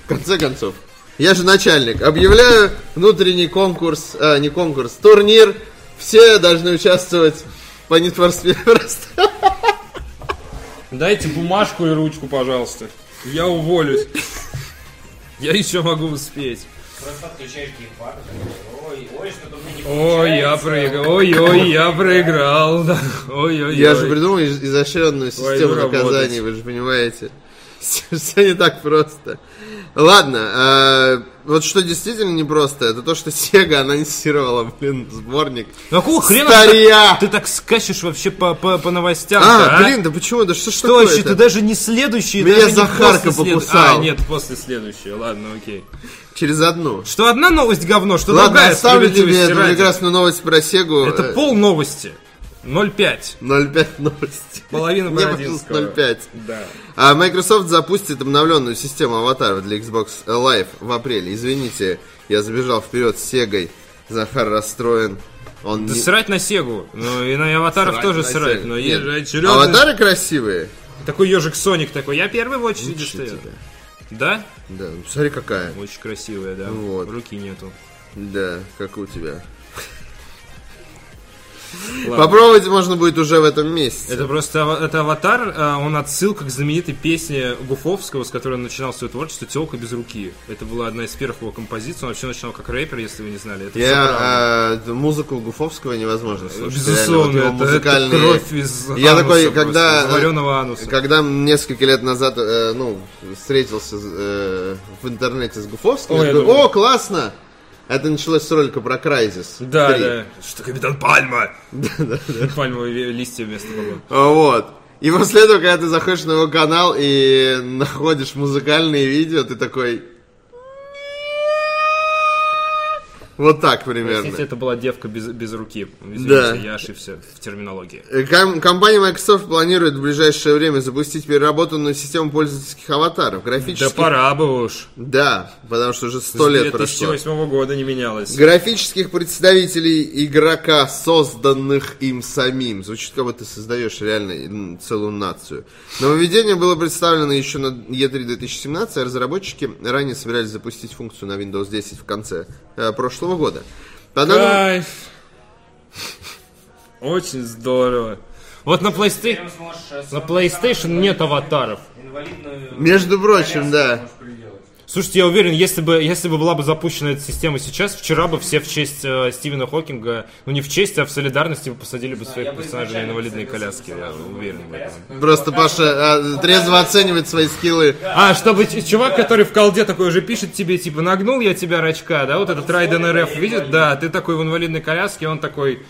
В конце концов, я же начальник. Объявляю внутренний конкурс, а, не конкурс, турнир. Все должны участвовать по Need for Speed Pro Street.
Дайте бумажку и ручку, пожалуйста. Я уволюсь. Я еще могу успеть.
Просто отключаешь геймпад. и такой, Ой, ой, что-то мне не
Ой, я
получается.
проиграл. Ой-ой, я проиграл. да. Ой-ой-ой.
Я же придумал из- изощренную систему
Пойду
наказаний, вы же понимаете. [laughs] Все не так просто. Ладно, а, вот что действительно непросто, это то, что Sega анонсировала, блин, сборник.
Ну, какого хрена
Старья!
ты, ты так скачешь вообще по, по, по новостям?
А, блин, да почему? Да что ж
Что
такое
еще? Ты даже не следующий,
Меня
даже не
Захарка
после след-
покусала.
А, нет, после следующего, ладно, окей.
Через одну.
Что одна новость говно, что
Ладно,
другая
оставлю тебе
справедливости
эту
ради.
прекрасную новость про Э, Сегу.
Это пол новости. 0,5.
0,5 новости.
Половина
Мне,
Бородинского.
пожалуйста, 0,5.
Да.
А Microsoft запустит обновленную систему аватаров для Xbox Live в апреле. Извините, я забежал вперед с Сегой. Захар расстроен. Он
Да
не-
срать на Сегу. Ну и на аватаров
Срать
тоже
на
срать.
Сегу.
Но
Нет, А
есть же очередный.
Аватары красивые.
Такой ежик Соник такой. Я первый в очереди
Лучше
стою.
тебя.
Да?
Да, ну, смотри какая.
Очень красивая, да.
Вот.
Руки нету.
Да, как у тебя.
Ладно.
Попробовать можно будет уже в этом месяце.
Это просто ава- это аватар, а, он отсылка к знаменитой песне Гуфовского, с которой он начинал свое творчество «Телка без руки». Это была одна из первых его композиций, он вообще начинал как рэпер, если вы не знали. Это всё правда.
Я э, музыку Гуфовского невозможно слушать.
Безусловно,
Реально, вот его
это, это
музыкальные-
кровь из
Я
ануса
такой,
просто,
когда, э,
из вареного ануса.
Когда несколько лет назад, э, ну, встретился э, в интернете с Гуфовским,
Ой,
я
я
такой,
думаю.
о, классно! Это началось с ролика про Крайзис.
Да,
3.
да. Что
[laughs]
капитан Пальма? Пальмовые листья вместо баллона.
А, Вот. И после этого, когда ты заходишь на его канал и [laughs] находишь музыкальные видео, ты такой... Вот так примерно.
Простите, это была девка без, без руки. Извините,
Да.
я ошибся в терминологии.
Э, Ком- Компания Microsoft планирует в ближайшее время запустить переработанную систему пользовательских аватаров.
Да
Графических...
пора бы уж.
Да, потому что уже
С
сто лет прошло.
2008 года не менялось.
Графических представителей игрока, созданных им самим. Звучит, как будто ты создаешь реально м, целую нацию. Нововведение было представлено еще на E3 2017, а разработчики ранее собирались запустить функцию на Windows 10 в конце э, прошлого года. По
ну.
данным-
Кайф. Очень здорово. Вот на PlayStation,
Прям сможешь, э,
на
сам-
PlayStation
сам
нет аватаров.
Инвалидную...
Между прочим,
коляску
да.
можешь приделать.
Слушайте, я уверен, если бы, если бы была бы запущена эта система сейчас, вчера бы все в честь э, Стивена Хокинга, ну не в честь, а в солидарности бы посадили бы своих
Я бы
персонажей на
изначально
инвалидные
посадил
коляски. Я
персонажа в
уверен в
инвалидную
этом.
коляску, но
Просто
пока-
Паша э, трезво оценивает свои скиллы.
А, чтобы ч- чувак, который в колде такой уже пишет тебе, типа, нагнул я тебя, рачка, да, вот этот Райден РФ видит, да, ты такой в инвалидной коляске, он такой,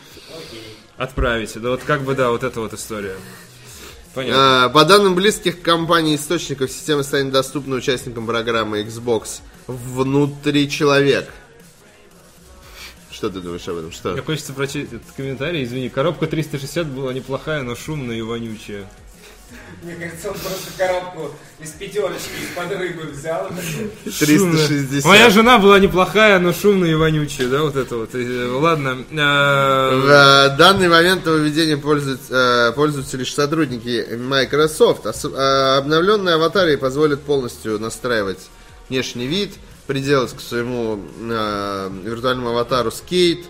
отправите. Да вот как бы, да, вот эта вот история. Понятно.
А, По данным близких к компании источников, система станет доступна участникам программы Xbox внутри человек. Что ты думаешь об этом? Что?
Мне хочется прочесть этот комментарий, извини. Коробка 360 была неплохая, но шумная и вонючая.
Мне кажется, он просто коробку из пятерочки из-под рыбы взял. и такой,
360.
Шумная. Моя жена была неплохая, но шумная и вонючая, да, вот это вот. Э, Ладно.
В
э,
э, данный момент нововведением пользуют- э, пользуются лишь сотрудники Microsoft. Ос- э, Обновленные аватары позволят полностью настраивать внешний вид, приделать к своему э, виртуальному аватару скейт,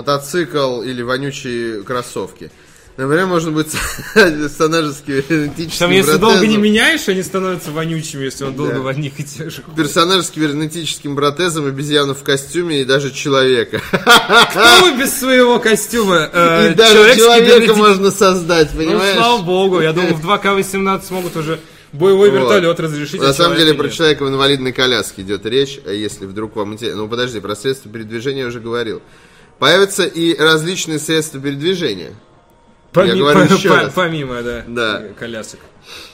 мотоцикл или вонючие кроссовки. Например, можно [laughs] будет персонажа с кибернетическим
Там, если долго не
протезом-
меняешь, они становятся вонючими, если он долго
Да.
в одних и тех же. ходит.
персонаж с кибернетическим протезом, обезьяну в костюме и даже человека. [laughs]
Кто Ну, вы без своего костюма? Э,
А. И даже
человек с
человека
кибернетическим-
можно создать,
Ну,
понимаешь?
слава богу, я думал, в 2К18 смогут уже боевой
Вот.
вертолет разрешить. а
На самом
человека
деле
нет.
про человека в инвалидной коляске идет речь, а если вдруг вам интересно. Ну подожди, про средства передвижения я уже говорил. Появятся и различные средства передвижения.
Поми-
говорю
[laughs] по-
еще
по-
раз.
Помимо, да,
Да.
колясок.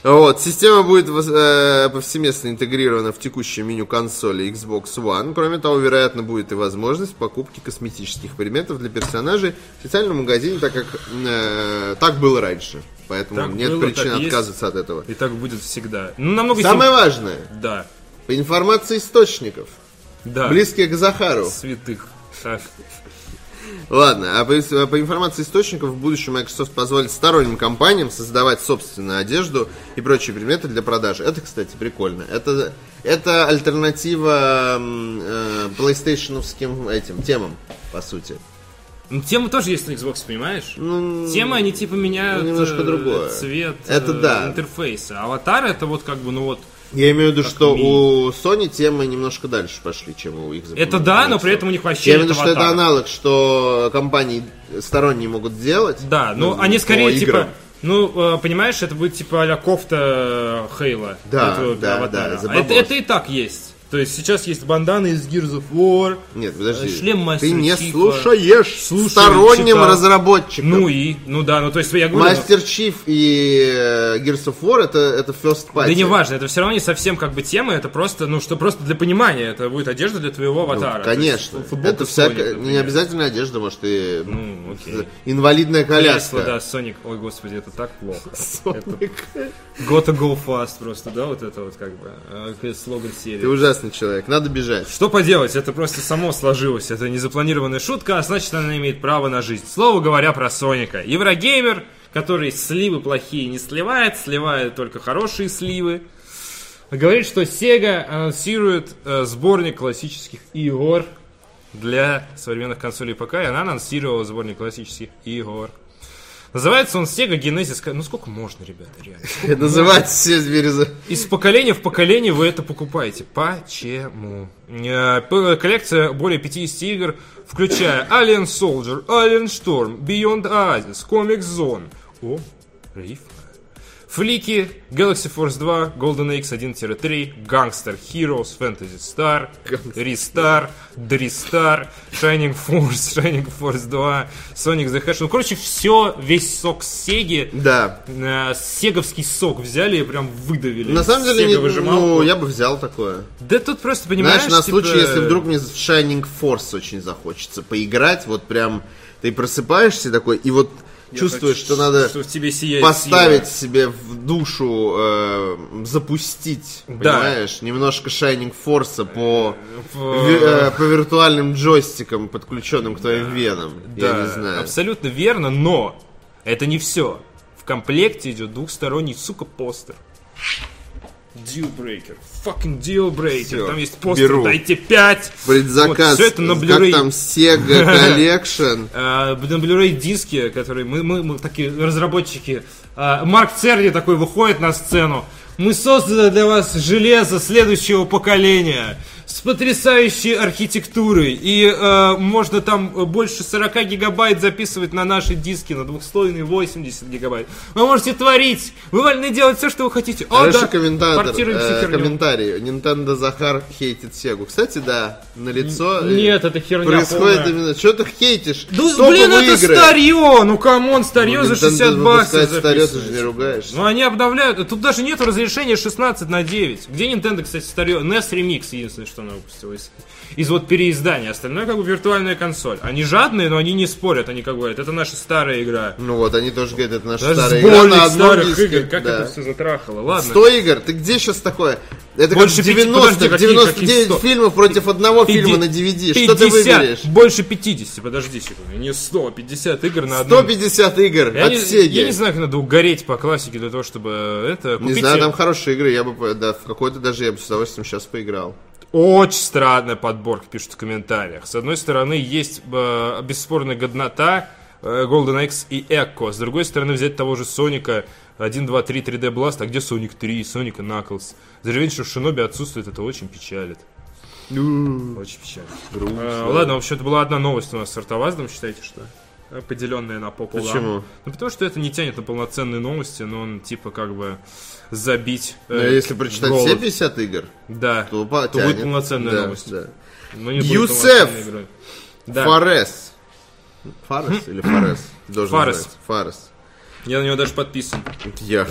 Вот, система будет вос- э, повсеместно интегрирована в текущее меню консоли Xbox One. Кроме того, вероятно, будет и возможность покупки косметических предметов для персонажей в специальном магазине, так как э, так было раньше. Поэтому
Так
нет
было,
причин
так есть.
отказываться от этого.
И так будет всегда. Ну, намного
Самое
сим-
важное,
Да.
по информации источников,
Да.
близких к Захару.
Святых. Так.
Ладно, а по, ис- по информации источников, в будущем Microsoft позволит сторонним компаниям создавать собственную одежду и прочие предметы для продажи. Это, кстати, прикольно. Это, это альтернатива м, э, PlayStation этим темам, по сути.
Ну, тема тоже есть на Xbox, понимаешь?
Ну,
Тема, они типа меняют
немножко
э,
другое.
цвет
Это
э,
да.
интерфейса. Аватар это вот как бы, ну вот,
Я имею в виду, что
ми.
у Sony темы немножко дальше пошли, чем у Xbox.
Это да, но при этом у них вообще
Я имею в виду,
нет
что это
аватара.
аналог, что компании сторонние могут делать.
Да, ну,
Ну,
они
по
скорее
играм.
типа. Ну, э, понимаешь, это будет типа а-ля кофта Хейла.
Да,
этого
да,
аватара.
да, за
А это,
бабос.
это и так есть. То есть сейчас есть банданы из Gears of War.
Нет, подожди.
Э, Шлем мастера
Ты не
Чифа.
слушаешь
Слушаю,
сторонним
читал.
разработчикам.
Ну и, ну да, ну то есть я говорю, ну,
Мастер Чиф и э, Gears of War это, это first party.
да не важно, это все равно не совсем как бы тема, это просто, ну что просто для понимания, это будет одежда для твоего
Ну,
аватара. То есть,
конечно.
футболка
Это
Sony,
всякая, не
например.
обязательно одежда, может, и
Ну, окей.
инвалидная коляска.
Кресло, да, Соник, ой, господи, это так
[laughs]
плохо. Это- Gotta go fast просто, да, вот это вот как бы э, слоган
Ты
серии.
ужасный человек, надо бежать. [laughs]
Что поделать, это просто само сложилось. Это незапланированная шутка, а значит она имеет право на жизнь. Слово говоря про Соника. Еврогеймер, который сливы плохие не сливает, сливает только хорошие сливы. Говорит, что Sega анонсирует э, сборник классических игр для современных консолей ПК, и она анонсировала сборник классических игр. Называется он Sega Genesis. Ка- Ну сколько можно, ребята, реально?
Называть все березы.
Из поколения в поколение вы это покупаете. Почему? Э, п- Коллекция более 50 игр, включая Alien Soldier, Alien Storm, Beyond Oasis, Comic Zone. О, рифма. Флики, Galaxy Force 2, Golden X 1-3, Gangster Heroes, Fantasy Star, Restar, Dristar, Shining Force, [laughs] Shining Force 2, Sonic the Hedgehog. Ну, короче, все, весь сок Сеги
Да.
э, сеговский сок взяли и прям выдавили.
На самом деле, не-
выжимал.
ну, я бы взял такое.
Да тут просто, понимаешь,
Знаешь, на
типа,
случай, если вдруг мне в Shining Force очень захочется поиграть, вот прям ты просыпаешься такой, и вот
я
чувствуешь,
хочу,
что надо
что в тебе сияет
поставить
сила.
себе в душу, э, запустить,
Да.
понимаешь, немножко Shining Force по,
В-
ви- э, по виртуальным джойстикам, подключенным к твоим венам.
Да,
Я не знаю.
абсолютно верно, но это не все. В комплекте идет двухсторонний, сука, постер. Deal breaker. Fucking deal breaker.
Всё,
Там есть постер,
беру.
дайте 5.
Предзаказ,
все это на
э, как
Blu-ray.
там
[laughs]
Sega Collection.
Э, на Blu-ray диске, которые мы, мы, мы такие разработчики. э, Марк Церни такой выходит на сцену. Мы создали для вас железо следующего поколения с потрясающей архитектурой. И э, можно там э, больше 40 гигабайт записывать на наши диски, на двухслойные 80 гигабайт. Вы можете творить, вы вольны делать все, что вы хотите. О,
Хороший
да,
комментатор,
портируем всю
э,
херню.
комментарий. Nintendo Захар хейтит Сегу. Кстати, да, на лицо э,
Нет, это херня
происходит
полная.
именно. Что ты хейтишь?
Ну,
Топовые
блин, это
игры.
старье! Ну, камон, старье
Ну,
за
Nintendo
60
выпускает старье, ты
баксов
же
записывается.
не ругаешься.
Ну, они обновляют. Тут даже нету разрешения 16 на 9. Где Nintendo, кстати, старье? NES Remix единственное, что она выпустила из, из вот переиздания. Остальное как бы виртуальная консоль. Они жадные, но они не спорят. Они как говорят, это наша старая игра.
Ну вот, они тоже говорят, это наша
Даже
старая игра
сборник
на одном
старых
диске.
игр. Как
Да.
это все затрахало? Ладно.
100 игр? Ты где сейчас такое? Это
Больше
как
пяти-
90,
подожди, какие-
99
какие 100?
фильмов против одного
Пяти-
фильма на DVD. Что ты
50,
выберешь?
Больше 50, подожди секунду. Не 100, 50 игр на одном.
150 игр
Я
от
не,
Sega.
я не знаю, как надо угореть по классике для того, чтобы э, это...
Не
купить
знаю,
себе-
там хорошие игры, я бы по- да, в какой-то даже я бы с удовольствием сейчас поиграл.
Очень странная подборка, пишут в комментариях. С одной стороны, есть э, бесспорная годнота э, Golden X и Echo. С другой стороны, взять того же Соника 1, 2, 3, 3D Blast, а где Соник 3, Соника Knuckles? Деревенщина в Шиноби отсутствует, это очень печалит. Очень печалит. Э, ладно, вообще, это была одна новость у нас с Артоваздом, считаете, что? Э, Поделенная на попу.
Почему?
Ну, потому что это не тянет на полноценные новости, но он, типа, как бы забить э,
Ну, если прочитать
голод.
все 50 игр,
да,
то,
то
потянет.
будет полноценная
Да,
новость.
да.
Но не будет
Юсеф!
полноценной игрой. Да.
Фарес. Фарес или Фарес? Ты должен
Фарес.
знать. Фарес.
Я на него даже подписан.
Я.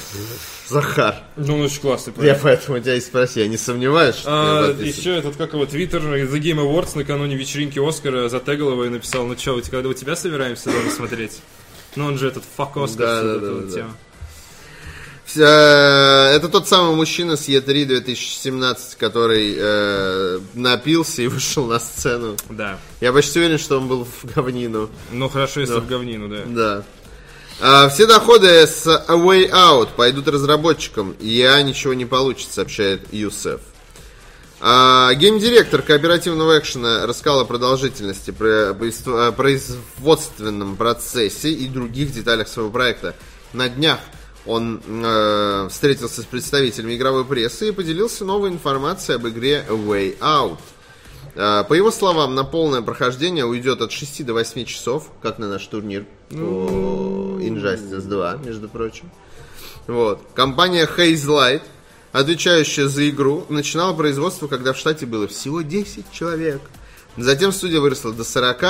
Захар.
Ну, он очень классный.
Я поэтому тебя и спросил. Я не сомневаюсь, что
А,
ты подписан.
еще этот, как его, твиттер The Game Awards накануне вечеринки Оскара затегал его и написал, ну что, когда у тебя собираемся дома смотреть? Ну, он же этот фак Оскар,
Да,
вот
да,
эта
да,
вот
да.
тема.
Вся- Э, Это тот самый мужчина с Е3 2017, который э, напился и вышел на сцену.
Да.
Я почти уверен, что он был в говнину.
Ну, хорошо, если в говнину, да.
Да. А, все доходы с A Way Out пойдут разработчикам. и Я ничего не получит, сообщает Юсеф. А, геймдиректор кооперативного экшена рассказал о продолжительности, про- произв- о производственном процессе и других деталях своего проекта. На днях Он э, встретился с представителями игровой прессы и поделился новой информацией об игре Way Out. Э, по его словам, на полное прохождение уйдет от 6 до 8 часов, как на наш турнир по
Ну.
Injustice 2, между прочим. Вот. Компания Haze Light, отвечающая за игру, начинала производство, когда в штате было всего 10 человек. Затем студия выросла до 40,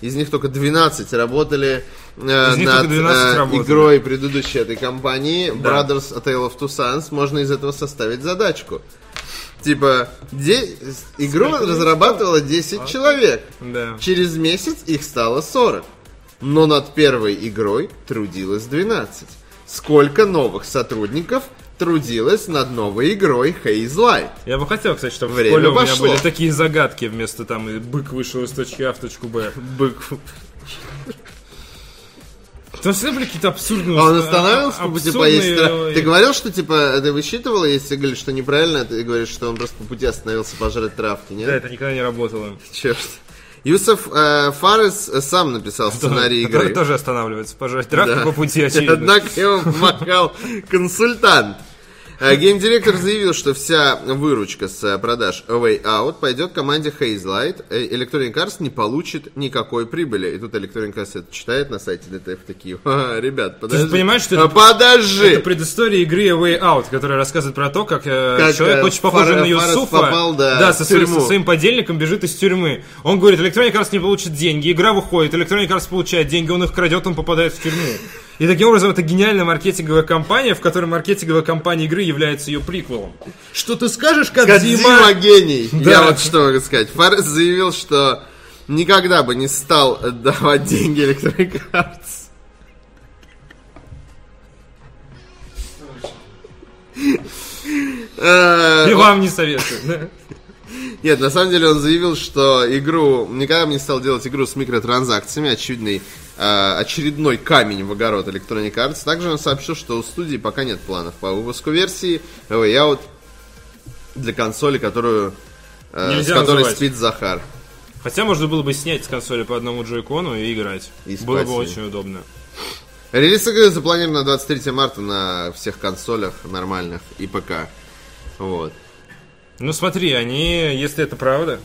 из них только 12 работали э,
Из них
над
только 12
э,
работали.
игрой предыдущей этой компании Brothers A Tale of Two Sons. Можно из этого составить задачку. Типа, де- игру разрабатывало 10 человек.
Да.
Через месяц их стало 40. Но над первой игрой трудилось 12. Сколько новых сотрудников трудилось над новой игрой Haze Light?
Я бы хотел, кстати, чтобы
Время
в школе у меня
пошло.
были такие загадки вместо там и бык вышел из точки А в
[laughs]
точку Б. Бык. Там всегда были какие-то абсурдные...
А он
а-
останавливался типа, по пути
абсурдные,
по если тра-
э,
Ты говорил, что типа ты высчитывала, если говоришь, что неправильно, ты говоришь, что он просто по пути остановился пожрать травки, нет?
Да, это никогда не работало.
Черт. Юсеф э, Фарес э, сам написал сценарий
Который
игры.
тоже останавливается, пожрать травку
Да. [laughs]
по пути, очевидно.
Однако ему помогал консультант. Э, Геймдиректор заявил, что вся выручка с э, продаж A Way Out пойдет команде Haze Light. Э, Electronic Arts не получит никакой прибыли. И тут Electronic Arts это читает на сайте DTF такие, «Ха-ха, ребят, подожди.
понимаешь, что это-
А, подожди!
Это предыстория игры A Way Out, которая рассказывает про то, как, э,
Как, э,
человек, очень похожий
Фар-
на
Фарес
Юсуфа,
попал, да,
со,
в
своим-
тюрьму.
со своим подельником бежит из тюрьмы. Он говорит, Electronic Arts не получит деньги, игра выходит, Electronic Arts получает деньги, он их крадет, он попадает в тюрьму. И таким образом это гениальная маркетинговая компания, в которой маркетинговая компания игры является ее приквелом. Что ты скажешь,
Кодзима
Кадзима? [laughs]
гений.
Да.
Я вот что могу сказать. Фарес заявил, что никогда бы не стал давать деньги Electronic Arts.
И
Э,
вам не советую. [laughs] да.
Нет, на самом деле он заявил, что игру никогда бы не стал делать игру с микротранзакциями, очевидный э, очередной камень в огород Electronic Arts. Также он сообщил, что у студии пока нет планов по выпуску версии A Way Out для консоли, которую э, с
Нельзя
которой
называть.
спит Захар.
Хотя можно было бы снять с консоли по одному джойкону и играть.
И спать
было
с
бы
ним.
очень удобно.
Релиз игры запланирован на 23 марта на всех консолях нормальных и ПК. Вот.
Ну смотри, они, если это правда,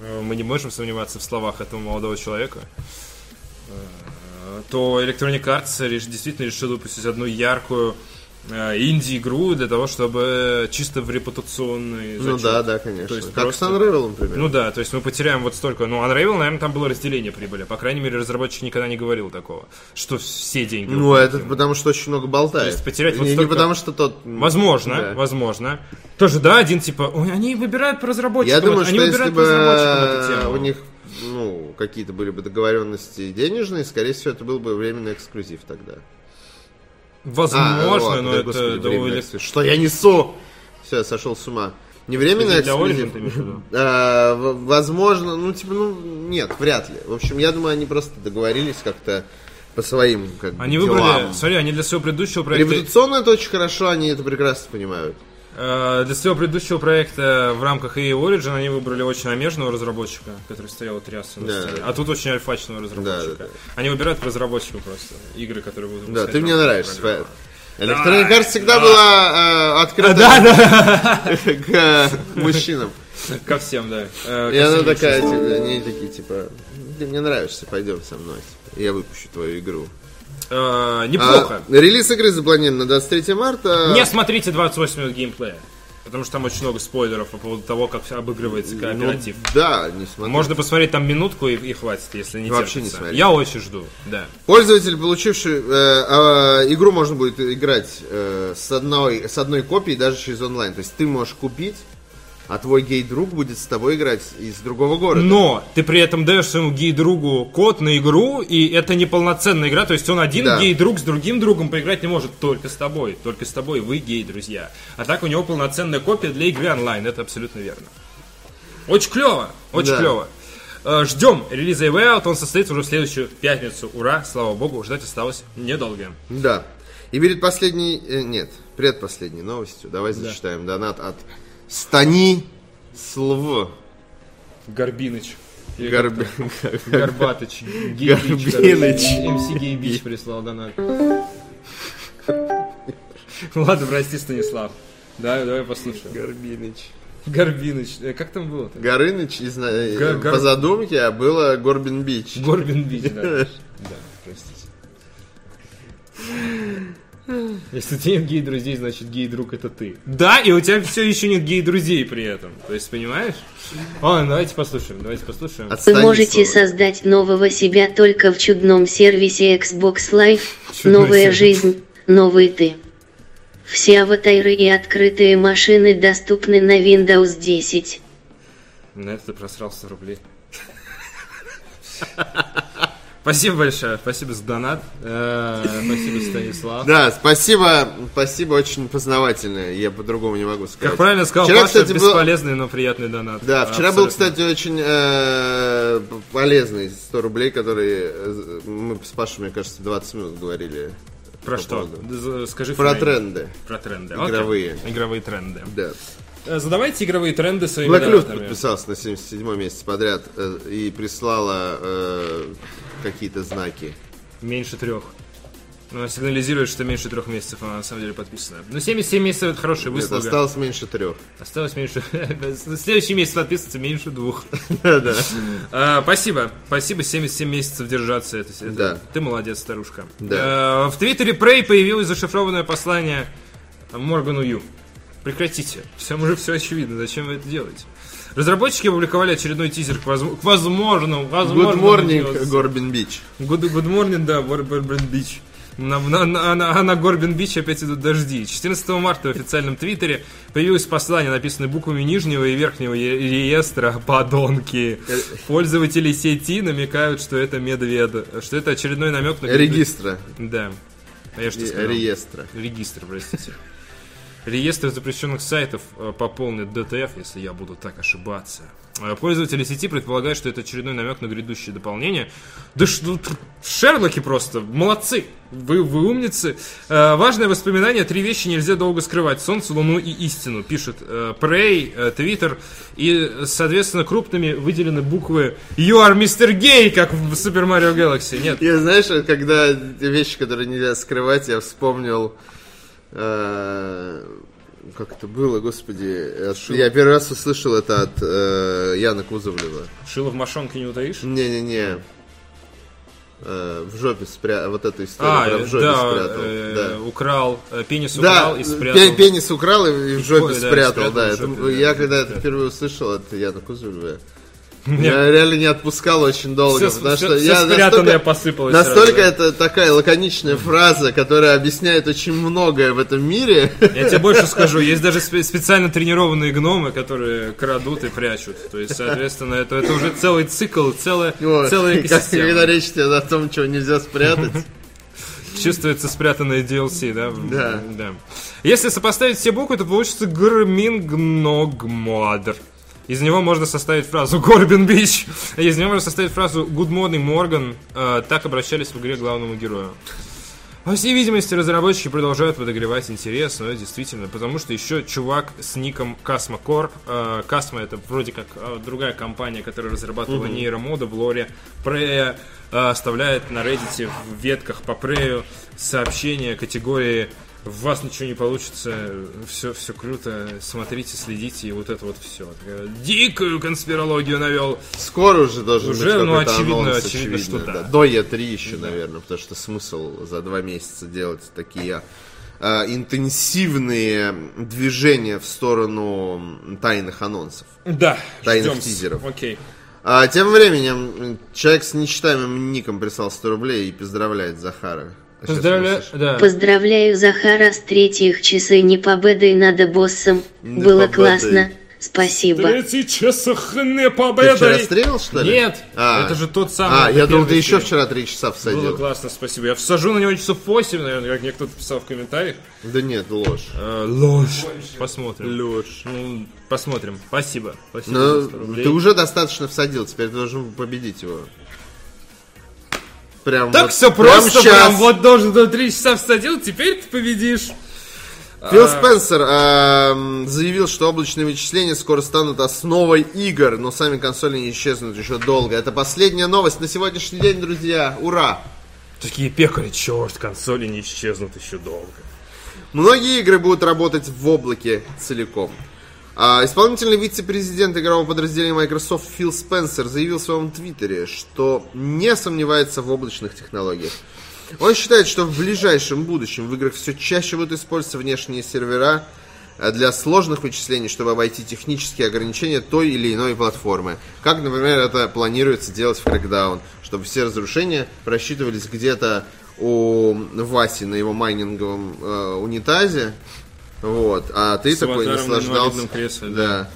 э, мы не можем сомневаться в словах этого молодого человека, э, то Electronic Arts реш- действительно решил выпустить одну яркую э, инди-игру для того, чтобы чисто в репутационный
Ну
зачет.
да, да, конечно.
То есть
как
просто-
с Unravel, например.
Ну да, то есть мы потеряем вот столько. Ну, Unravel, наверное, там было разделение прибыли. По крайней мере, разработчик никогда не говорил такого, что все деньги.
Ну,
уходят
это
ему.
потому что очень много болтает.
То есть потерять вот
не, не
столько-
потому что тот...
Возможно,
Да.
возможно. Тоже, да, один типа, ой, они выбирают по разработчикам.
Я думаю,
они
что если
выбирают по разработчикам эту
бы
тему.
у них ну, какие-то были бы договоренности денежные, скорее всего, это был бы временный эксклюзив тогда. А,
Возможно,
ладно,
но
да,
это
господи,
да,
временный
у элек-
эксклюзив. Что я несу? Все, я сошел с ума. Не временный
Для Origin
эксклюзив.
ты имеешь в виду?
А, в- Возможно, ну, типа, ну, нет, вряд ли. В общем, я думаю, они просто договорились как-то по своим, как бы,
Они
делам.
выбрали, смотри, они для своего предыдущего проекта,
Революционно это очень хорошо, они это прекрасно понимают.
э, для своего предыдущего проекта в рамках EA Origin они выбрали очень омежного разработчика, который стоял и трясся на
Да.
сцене. А тут очень альфачного разработчика.
Да, да,
Они выбирают разработчиков просто, игры, которые будут
Да,
выпускать
ты
в
мне
рамках
нравишься.
программы.
Файл. Electronic Arts всегда была э, открыта
[laughs] Да, да,
к э, мужчинам.
ко всем, да. Э,
И
ко
она
всем
такая,
личностям.
типа, они такие, типа, ты мне нравишься, пойдем со мной. типа, Я выпущу твою игру.
Э,
А,
Неплохо.
Релиз игры запланирован на 23 марта.
Не смотрите 28 минут геймплея. Потому что там очень много спойлеров по поводу того, как обыгрывается
Ну,
кооператив.
Да, не смотри.
Можно посмотреть там минутку и, и хватит, если не
Вообще не
терпится.
смотреть.
Я очень жду, да.
Пользователь, получивший э, а, игру, можно будет играть э, с одной с одной копией даже через онлайн. То есть ты можешь купить, а твой гей-друг будет с тобой играть из другого города.
Но ты при этом даешь своему гей-другу код на игру, и это не полноценная игра, то есть он один
Да.
гей-друг с другим другом поиграть не может, только с тобой, только с тобой, вы гей-друзья. А так у него полноценная копия для игры онлайн, это абсолютно верно. Очень клево, очень
Да.
клево. Э, Ждем релиза EV Out, он состоится уже в следующую пятницу. Ура, слава богу, ждать осталось недолго.
Да. И перед последней, э, нет, предпоследней новостью давай зачитаем донат от Стани Слв.
Горбиныч.
Горб-
Горбатыч.
Горбиныч.
МС Гейбич прислал донат. Ладно, прости, Станислав. Да, давай послушаем.
Горбиныч.
Горбиныч. Э, Как там было? -то?
Горыныч, из- э,
Гор- Гор-
по задумке, а было Горбин Бич.
Горбин Бич, да. Да, простите. Если у тебя нет гей-друзей, значит гей-друг это ты. Да, и у тебя все еще нет гей-друзей при этом. То есть, понимаешь? Ладно, давайте послушаем, давайте послушаем.
От
Вы
Станислава.
можете создать нового себя только в чудном сервисе Xbox Live.
Чудной
Новая
сервис.
жизнь, новый ты. Все аватары и открытые машины доступны на Windows 10.
На это ты просрал 100 рублей. Спасибо большое, спасибо за донат, Э, спасибо, Станислав.
Да, спасибо, спасибо, очень познавательное, я по-другому не могу сказать.
Как правильно сказал
Вчера,
Паша,
кстати, был-
бесполезный, но приятный донат.
Да, вчера был,
Абсолютно.
кстати, очень э, п- полезный 100 рублей, которые э, мы с Пашей, мне кажется, 20 минут говорили.
Про
по
что?
поводу.
З- э, Скажи
Про
фамилию.
тренды.
Про тренды.
Игровые.
Окей. Игровые тренды.
Да.
Э, Задавайте игровые тренды своими
Блэклюфт
донатами.
подписался на 77 месяц подряд э, и прислала э, какие-то знаки.
Меньше трех. Ну, сигнализирует, что меньше трех месяцев она на самом деле подписана. Но 77 месяцев это хорошая
Нет,
выслуга.
осталось меньше трех.
Осталось А меньше... [laughs] На Следующий месяц подписываться меньше двух. [laughs]
Да.
А, Спасибо. Спасибо, 77 месяцев держаться. Это- это-
Да.
Ты молодец, старушка.
Да.
Э, В твиттере Prey появилось зашифрованное послание Моргану Ю. Прекратите. Всем уже все очевидно. Зачем вы это делаете? Разработчики опубликовали очередной тизер к, возм- к возможному...
Good
возможному
morning,
делу-
Горбин Бич.
Good, good morning, да, Горбин Бич. На, на- на- на- а на Горбин Бич опять идут дожди. 14 марта в официальном твиттере появилось послание, написанное буквами нижнего и верхнего е- реестра подонки. Пользователи сети намекают, что это медвед, что это очередной намек на...
Регистра.
Да. А я что сказал?
Э, Реестра.
Регистр, простите. Реестр запрещенных сайтов э, пополнит ДТФ, если я буду так ошибаться. Э, Пользователи сети предполагают, что это очередной намек на грядущее дополнение. Да ш- ну, тр- Шерлоки просто, молодцы, вы, вы умницы. Э, важное воспоминание, три вещи нельзя долго скрывать. Солнце, Луну и истину, пишет э, Prey, э, Twitter. И, э, соответственно, крупными выделены буквы You are Mr. Gay, как в Super Mario Galaxy. Нет,
Я, знаешь, когда вещи, которые нельзя скрывать, я вспомнил... э, Как это было, господи. от- Я первый раз услышал это от э, Яна Кузовлева.
шило в мошонке не утаишь?
Не-не-не. Э, В жопе спря... Вот эту историю
А,
про в жопе
да,
спрятал.
э,
Да.
украл, э, пенис
Да,
украл и
пе-
спрятал.
пенис украл и и в жопе
да, и
спрятал,
спрятал
да.
в
Это-
жопе, да,
Я
да,
когда это впервые услышал от Яна Кузовлева, я реально не отпускал очень долго,
Все,
потому что я
спрятанное
настолько,
посыпалось.
настолько
сразу.
это такая лаконичная фраза, которая объясняет очень многое в этом мире. [laughs]
Я тебе больше скажу, есть даже спе- специально тренированные гномы, которые крадут и прячут. То есть, соответственно, это, это уже целый цикл, целая,
Вот. [laughs]
целая
Как- Когда
экосистема.
речь идет о том, чего нельзя спрятать.
Чувствуется спрятанное DLC, да?
Да.
да. Если сопоставить все буквы, то получится Грмингногмодр. Из него можно составить фразу Горбин Бич. Из него можно составить фразу Good morning, Morgan. Э, так обращались в игре к главному герою. По всей видимости, разработчики продолжают подогревать интерес, но действительно, потому что еще чувак с ником Касма Кор. Касма это вроде как э, другая компания, которая разрабатывала нейромода в лоре Прея, э, оставляет на Reddit в ветках по Прею сообщения категории «В вас ничего не получится, все, все круто, смотрите, следите» и вот это вот все. Дикую конспирологию навел.
Скоро уже должен
Уже,
быть
ну,
какой-то
очевидно,
анонс,
очевидно, что да.
До Е3 еще, наверное, потому что смысл за два месяца делать такие а, интенсивные движения в сторону м, тайных анонсов.
Да,
Тайных
ждём-с.
тизеров.
Окей.
А тем временем м, человек с нечитаемым ником прислал 100 рублей и поздравляет Захара. А щас мы
Поздравляю,
услышим.
да.
Поздравляю Захара с третьих часы не победой над боссом.
Не
Было
победой.
классно. Спасибо.
Третий часах
Ты
не
вчера
победа.
стримил, что ли?
Нет,
А.
это же тот самый.
А, я думал, ты
первый
еще
стрим.
вчера 3 часа
Было
всадил.
классно, спасибо. Я всажу на него часов 8, наверное, как мне кто-то писал в комментариях.
Да нет, А, ложь.
Э, ложь. Посмотрим.
Ложь.
Ну, посмотрим. Спасибо. Спасибо за
Ну,
100 рублей.
ты уже достаточно всадил, теперь ты должен победить его. Прям
Так
вот-
все просто,
щас.
прям вот должен до 3 часа всадил, теперь ты победишь.
Фил Спенсер эм, заявил, что облачные вычисления скоро станут основой игр, но сами консоли не исчезнут еще долго. Это последняя новость на сегодняшний день, друзья. Ура!
Такие пекари, черт, консоли не исчезнут еще долго.
Многие игры будут работать в облаке целиком. А, Исполнительный вице-президент игрового подразделения Microsoft Фил Спенсер заявил в своем твиттере, что не сомневается в облачных технологиях. Он считает, что в ближайшем будущем в играх все чаще будут использоваться внешние сервера э, для сложных вычислений, чтобы обойти технические ограничения той или иной платформы. Как, например, это планируется делать в Crackdown, чтобы все разрушения просчитывались где-то у Васи на его майнинговом э, унитазе. Вот, а ты такой
аватаром на
наслаждался.
инвалидном кресле,
да.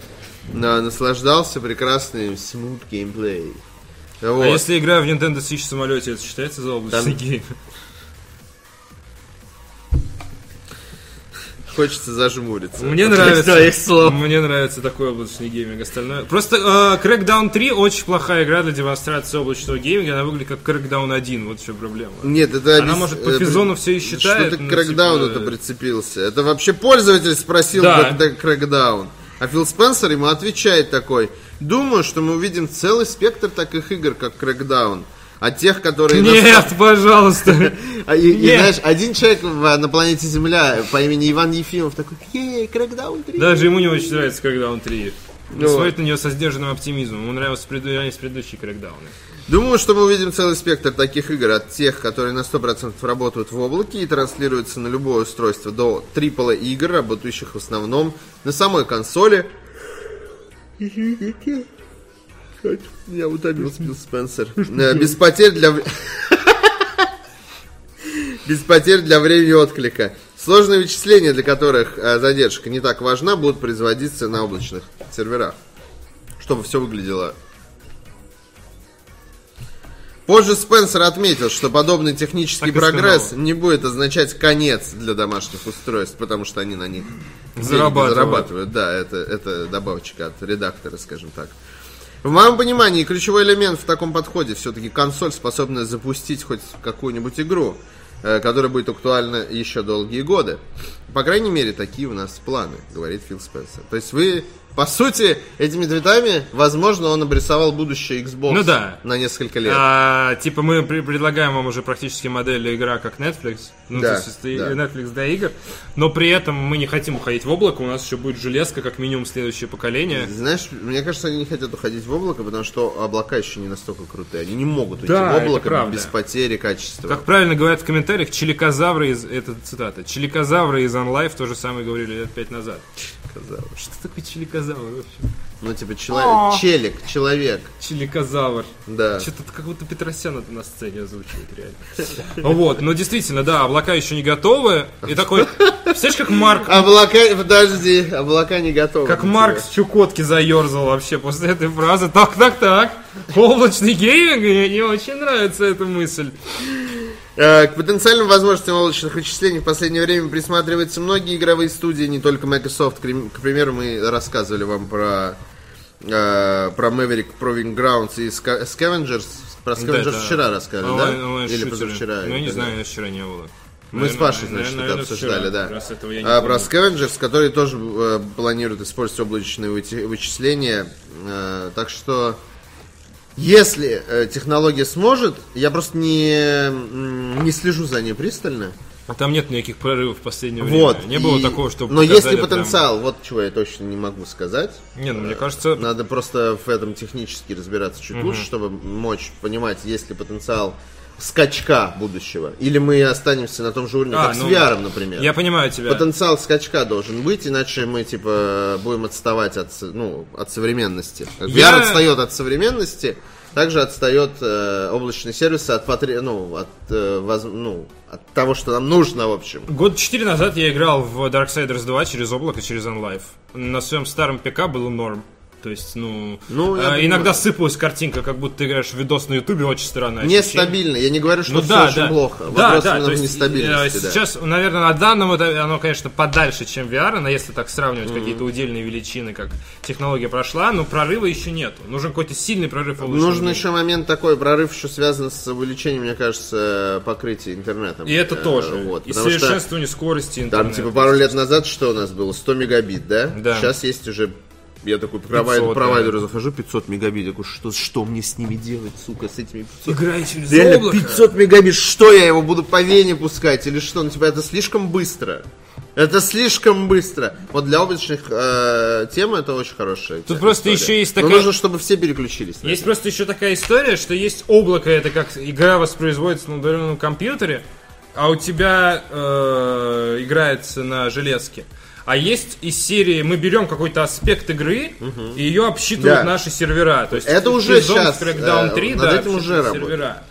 На- наслаждался прекрасным smooth геймплей. Вот.
А если игра в Nintendo Switch самолете, это считается за облачный
Там-
гейм?
Хочется зажмуриться.
Мне
От
нравится.
твоих слов.
Мне нравится такой облачный гейминг. Остальное... Просто э, Crackdown 3 очень плохая игра для демонстрации облачного гейминга. Она выглядит как Crackdown 1. Вот в
[laughs]
чем проблема.
Нет, это
Она, может, по Физону всё и считает,
Что ты к
но,
крэкдауну
типа,
то прицепился? Это вообще пользователь спросил,
Да.
когда крэкдаун. А Фил Спенсер ему отвечает такой. Думаю, что мы увидим целый спектр таких игр, как крэкдаун. А тех, которые... на
Нет, пожалуйста.
А и, и,
Нет.
знаешь, один человек в- на планете Земля по имени Иван Ефимов такой, ей, крэкдаун 3.
[laughs] Даже ему не очень нравится Crackdown 3. Он
Ну
смотрит на нее со сдержанным оптимизмом. Ему нравятся преду- предыдущие Crackdown.
Думаю, что мы увидим целый спектр таких игр от тех, которые на 100% работают в облаке и транслируются на любое устройство, до AAA игр, работающих в основном на самой консоли. Извините. Кать, Я утомился, Билл Спенсер. Э, Без потерь для... в- [laughs] Без потерь для времени отклика. Сложные вычисления, для которых э, задержка не так важна, будут производиться на облачных серверах. Чтобы все выглядело Позже Спенсер отметил, что подобный технический
Так и
прогресс
сказал.
не будет означать конец для домашних устройств, потому что они на них деньги
Зарабатывают.
зарабатывают. Да, это, это добавочка от редактора, скажем так. В моем понимании ключевой элемент в таком подходе все-таки консоль, способная запустить хоть какую-нибудь игру, э, которая будет актуальна еще долгие годы. По крайней мере, такие у нас планы, говорит Фил Спенсер. То есть вы, по сути, этими твитами, возможно, он обрисовал будущее Xbox
Ну да.
на несколько лет.
А, типа мы пре- предлагаем вам уже практически модель игра как Netflix. Ну,
Да,
то есть это и-
да.
Netflix для игр. Но при этом мы не хотим уходить в облако. У нас еще будет железка, как минимум следующее поколение.
Знаешь, мне кажется, они не хотят уходить в облако, потому что облака еще не настолько крутые. Они не могут уйти
Да,
в
это
облако
правда.
без потери качества.
Как правильно говорят в комментариях, челикозавры из... Это цитата. Челикозавры из OnLive то же самое говорили лет пять назад.
Казалось.
Что такое челикозавр вообще?
Ну, типа, человек, челик, человек.
Челикозавр.
Да.
Что-то как будто Петросян это на сцене озвучивает, реально. Вот, но действительно, да, облака еще не готовы. И такой, представляешь, как Марк
Облака, подожди, облака не готовы.
Как
для
Маркс Чукотки заерзал вообще после этой фразы. Так, так, так. Облачный гейминг, мне не очень нравится эта мысль.
Э, К потенциальным возможностям облачных вычислений в последнее время присматриваются многие игровые студии, не только Microsoft. Крим- К примеру, мы рассказывали вам про, э, про Maverick Proving Grounds и Sca- Scavengers. Про Scavengers
это
вчера рассказывали,
Онлайн-
да? Или
онлайн-шутеры.
позавчера.
Ну, я не
или-
знаю, у нас вчера не было.
Мы с Пашей, значит, это обсуждали, да. А, про Scavengers, который тоже э, планирует использовать облачные выти- вычисления. Э, так что, если э, технология сможет, я просто не, м, не слежу за ней пристально.
А Там нет никаких прорывов в последнее
Вот.
время. Не было
и-
такого, чтобы
Но есть
показали
ли
прям-
потенциал? Вот чего я точно не могу сказать.
Не, ну, мне кажется,
Надо просто в этом технически разбираться чуть лучше, чтобы мочь понимать, есть ли потенциал скачка будущего. Или мы останемся на том же уровне,
А,
как
ну,
с VR, например.
я понимаю тебя.
Потенциал скачка должен быть, иначе мы типа будем отставать от, со- ну, от современности. Как
Я-
VR отстает от современности, также отстает э, облачный сервис от, потре- ну, от, э, воз- ну, от того, что нам нужно, в общем.
Год 4 назад я играл в Darksiders 2 через облако, через OnLive. На своем старом ПК было норм. То есть, ну,
Ну, я
а,
понимаю.
иногда сыпалась картинка, как будто ты играешь в видос на Ютубе, очень странно.
Нестабильно. Я не говорю, что
Ну
все
да,
очень
да.
плохо.
Да,
Вопрос
да,
именно
то
в
есть,
нестабильности.
э,
да.
сейчас, наверное, на данном этапе оно, конечно, подальше, чем VR, но если так сравнивать какие-то удельные величины, как технология прошла, но прорыва еще нету. Нужен какой-то сильный прорыв. в облачном
Нужен
мире.
еще момент такой, прорыв еще связан с увеличением, мне кажется, покрытия интернетом.
И это
Э,
тоже.
Вот,
и
потому что
совершенствование скорости
Там
интернета.
типа пару лет назад что у нас было? 100 мегабит, да?
Да.
Сейчас есть уже я такой провайдер,
500,
провайдеру
да.
захожу, 500 мегабит. Я говорю, что, что мне с ними делать, сука, с этими 500?
Играй через
Реально,
облако.
500 мегабит, что я его буду по вене пускать или что? Ну, типа, это слишком быстро. Это слишком быстро. Вот для облачных э, тем это очень хорошая.
Тут
тема,
просто
история.
еще есть
Но
такая-
нужно, чтобы все переключились. на
Есть просто еще такая история, что есть облако, это как игра воспроизводится на удаленном компьютере, а у тебя э, играется на железке. А есть из серии мы берем какой-то аспект игры и ее обсчитывают
Да.
наши сервера. То есть
Это
Killzone
уже щас,
Crackdown
э,
3,
над
да,
этим
обсчитывают
уже работают.
сервера.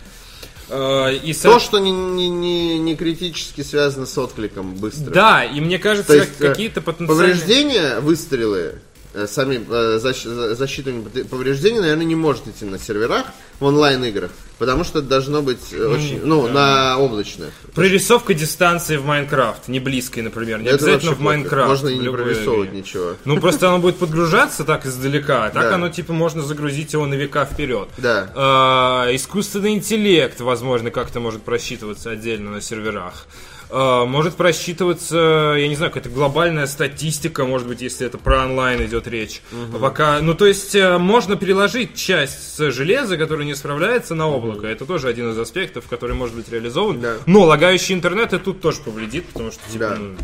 Э, и со-
То, что не, не- не- не критически связано с откликом быстро.
Да, и мне кажется,
То есть, э,
какие-то потенциальные...
Повреждения, выстрелы, э, сами э, защ- за- засчитывание пот- повреждений, наверное, не может идти на серверах в онлайн-играх, потому что это должно быть э, очень, ну, на облачных.
Прорисовка дистанции в Майнкрафт, не близкой, например, не
Это
обязательно
вообще
в Майнкрафт.
Можно и
в
не
любой
прорисовывать
игре.
ничего.
Ну, просто оно будет подгружаться так издалека, а так
Да.
оно, типа, можно загрузить его на века вперед.
Да.
А, искусственный интеллект, возможно, как-то может просчитываться отдельно на серверах. А, может просчитываться, я не знаю, какая-то глобальная статистика, может быть, если это про онлайн идет речь. Пока, ну, то есть, э, можно переложить часть с железа, которая не справляется, на облако. Это тоже один из аспектов, который может быть реализован.
Да.
Но лагающий интернет и тут тоже повредит, потому что, типа,
Да.
ну,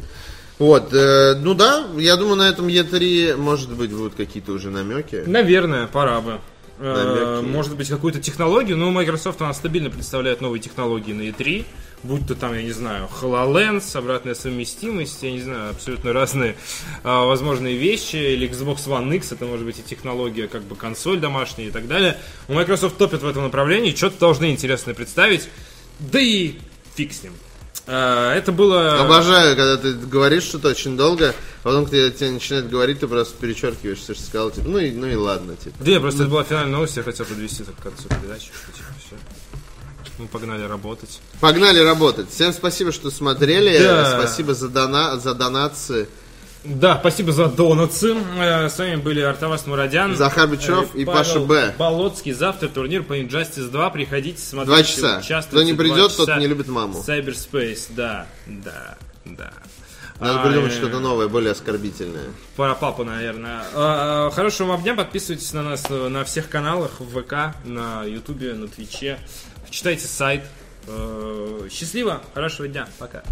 Вот, э, ну да, я думаю, на этом Е3, может быть, будут какие-то уже намеки.
Ну Наверное, пора бы. Э,
Намеки.
Может быть, какую-то технологию, но Microsoft она стабильно представляет новые технологии на E3. Будь то там, я не знаю, HoloLens, обратная совместимость, я не знаю, абсолютно разные а, возможные вещи, или Xbox One X, это может быть и технология, как бы консоль домашняя и так далее. У Microsoft топит в этом направлении, что-то должны интересное представить, да и фиг с ним. А, это было...
Обожаю, когда ты говоришь что-то очень долго, а потом, когда тебе начинают говорить, ты просто перечеркиваешь, все, что сказал, типа, ну и, ну и ладно, типа.
Да, я просто это была финальная новость, я хотел подвести это к концу передачи, что типа все. Мы погнали работать.
Погнали работать. Всем спасибо, что смотрели.
Да.
Спасибо за, дона, за донации.
Да, спасибо за донатсы. Э, С вами были Артавас Мурадян, э,
Захар Бичев и
Павел
Паша Б.
Болоцкий. Завтра турнир по Injustice 2. Приходите, смотрите.
Два часа. Кто
участвуйте.
не
Два
придет, тот
часа.
не любит маму.
Cyberspace, да, да, да.
Надо
А,
придумать
э,
что-то новое, более оскорбительное.
Пора папа, наверное. А, а, Хорошего вам дня. Подписывайтесь на нас э, на всех каналах, в ВК, на Ютубе, на Твиче. Читайте сайт. Э, Счастливо, хорошего дня, пока.